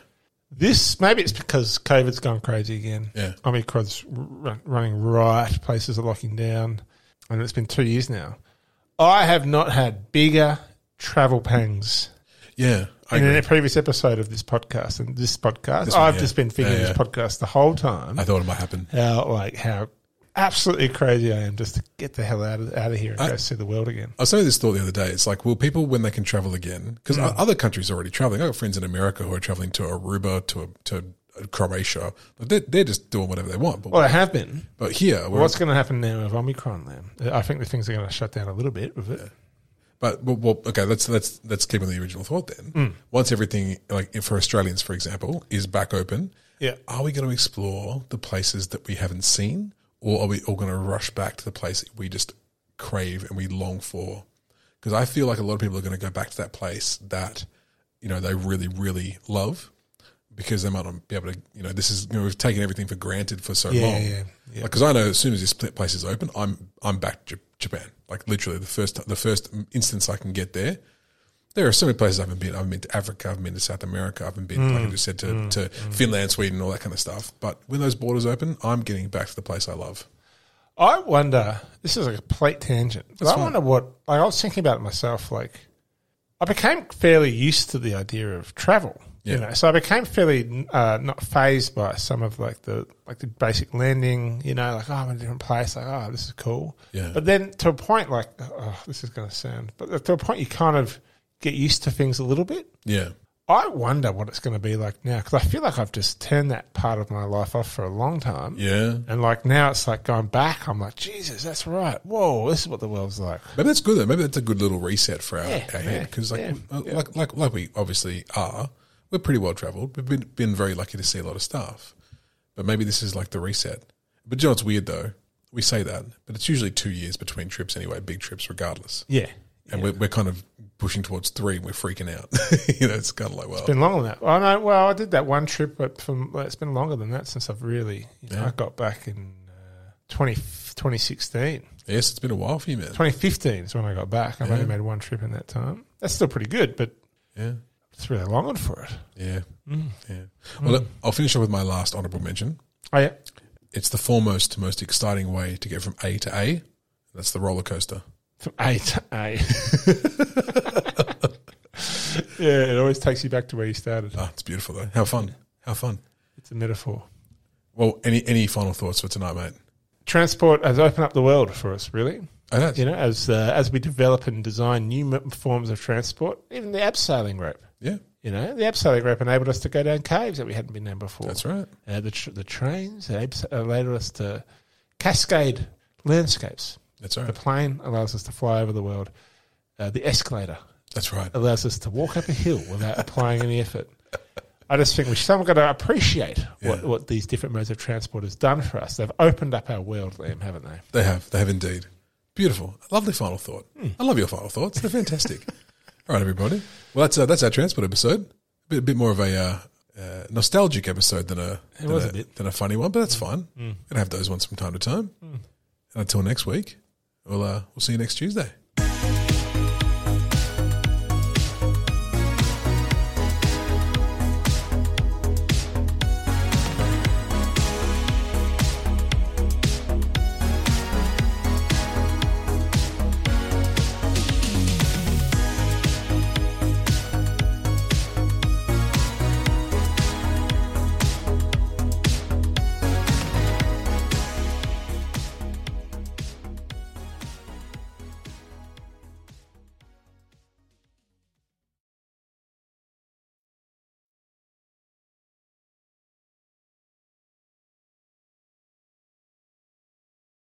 A: this maybe it's because COVID's gone crazy again.
B: Yeah.
A: Omicron's r- running riot, places are locking down, and it's been two years now. I have not had bigger travel pangs
B: Yeah. I
A: in
B: agree.
A: a previous episode of this podcast and this podcast.
B: one,
A: I've
B: yeah.
A: just been thinking
B: Yeah,
A: this podcast the whole time.
B: I thought it might happen.
A: how like how absolutely crazy I am just to get the hell out of out of here and go see the world again.
B: I was having this thought the other day. It's like, will people, when they can travel again, because other countries are already traveling. I've got friends in America who are traveling to Aruba, to to Croatia. But they're, they're just doing whatever they want. But,
A: Well, I have been.
B: but here, we're,
A: What's going to happen now with Omicron? Then I think the things are going to shut down a little bit with it.
B: But well, well, okay, let's let's let's keep on the original thought then. Once everything, like for Australians, for example, is back open,
A: Yeah.
B: are we going to explore the places that we haven't seen, or are we all going to rush back to the place we just crave and we long for? Because I feel like a lot of people are going to go back to that place that you know they really really love. Because they might not be able to, you know, this is you know we've taken everything for granted for so long.
A: yeah,
B: Because I know as soon as this pl- place is open, I'm I'm back to J- Japan. Like literally the first the first instance I can get there. There are so many places I haven't been. I haven't been to Africa. I haven't been to South America. I haven't been,
A: Mm,
B: like I just said, to, to Finland, Sweden, all that kind of stuff. But when those borders open, I'm getting back to the place I love.
A: I wonder. This is a complete tangent. But I wonder what. Like, I was thinking about it myself. Like, I became fairly used to the idea of travel. You
B: Yeah.
A: know, so I became fairly uh, not phased by some of like the like the basic landing. You know, like oh, I'm in a different place. Like oh, this is cool.
B: Yeah.
A: But then to a point, like oh, this is going to sound. But to a point, you kind of get used to things a little bit.
B: Yeah,
A: I wonder what it's going to be like now because I feel like I've just turned that part of my life off for a long time.
B: yeah.
A: And like now it's like going back, I'm like, Jesus, that's right. Whoa, this is what the world's like.
B: Maybe that's good though. Maybe that's a good little reset for our, our head because like,
A: yeah,
B: uh, like like like we obviously are. We're pretty well traveled. We've been been very lucky to see a lot of stuff, but maybe this is like the reset. But you know, it's weird though. We say that, but it's usually two years between trips anyway. Big trips, regardless.
A: Yeah.
B: And we're, we're kind of pushing towards three, and we're freaking out. you know, it's kind of like well,
A: Been longer than that. I know. Well, I did that one trip, but from well, it's been longer than that since I've really. You know, I got back in uh, 20, 2016.
B: yes, it's been a while for you, man.
A: 2015 is when I got back. I've only made one trip in that time. That's still pretty good, but
B: Yeah,
A: it's really longing for it.
B: yeah,
A: Mm.
B: yeah. Well, look, I'll finish up with my last honourable mention.
A: Oh yeah,
B: It's the foremost, most exciting way to get from A to A. That's the roller coaster.
A: from A to A. Yeah, it always takes you back to where you started.
B: Ah, it's beautiful though. How fun. How fun.
A: It's a metaphor.
B: Well, any any final thoughts for tonight, mate?
A: Transport has opened up the world for us, really.
B: I know.
A: You know, as uh, as we develop and design new m- forms of transport, even the abseiling rope.
B: Yeah,
A: You know, the abseiling rope enabled us to go down caves that we hadn't been down before.
B: that's right.
A: Uh, the tr- the trains abs- enabled us to cascade landscapes.
B: That's right.
A: The plane allows us to fly over the world. Uh, the escalator
B: That's right.
A: allows us to walk up a hill without applying any effort. I just think we someone got to appreciate what,
B: Yeah.
A: what these different modes of transport has done for us. They've opened up our world, Liam, haven't they?
B: They have. They have indeed. Beautiful. Lovely final thought.
A: Hmm.
B: I love your final thoughts. They're fantastic. All right, everybody. Well, that's uh, that's our transport episode. A bit, a bit more of a uh, uh, nostalgic episode than a than
A: was
B: a,
A: a bit. Hmm.
B: than a funny one, but that's fine. We're gonna have those ones from time to time. And until next week, we'll uh, we'll see you next Tuesday.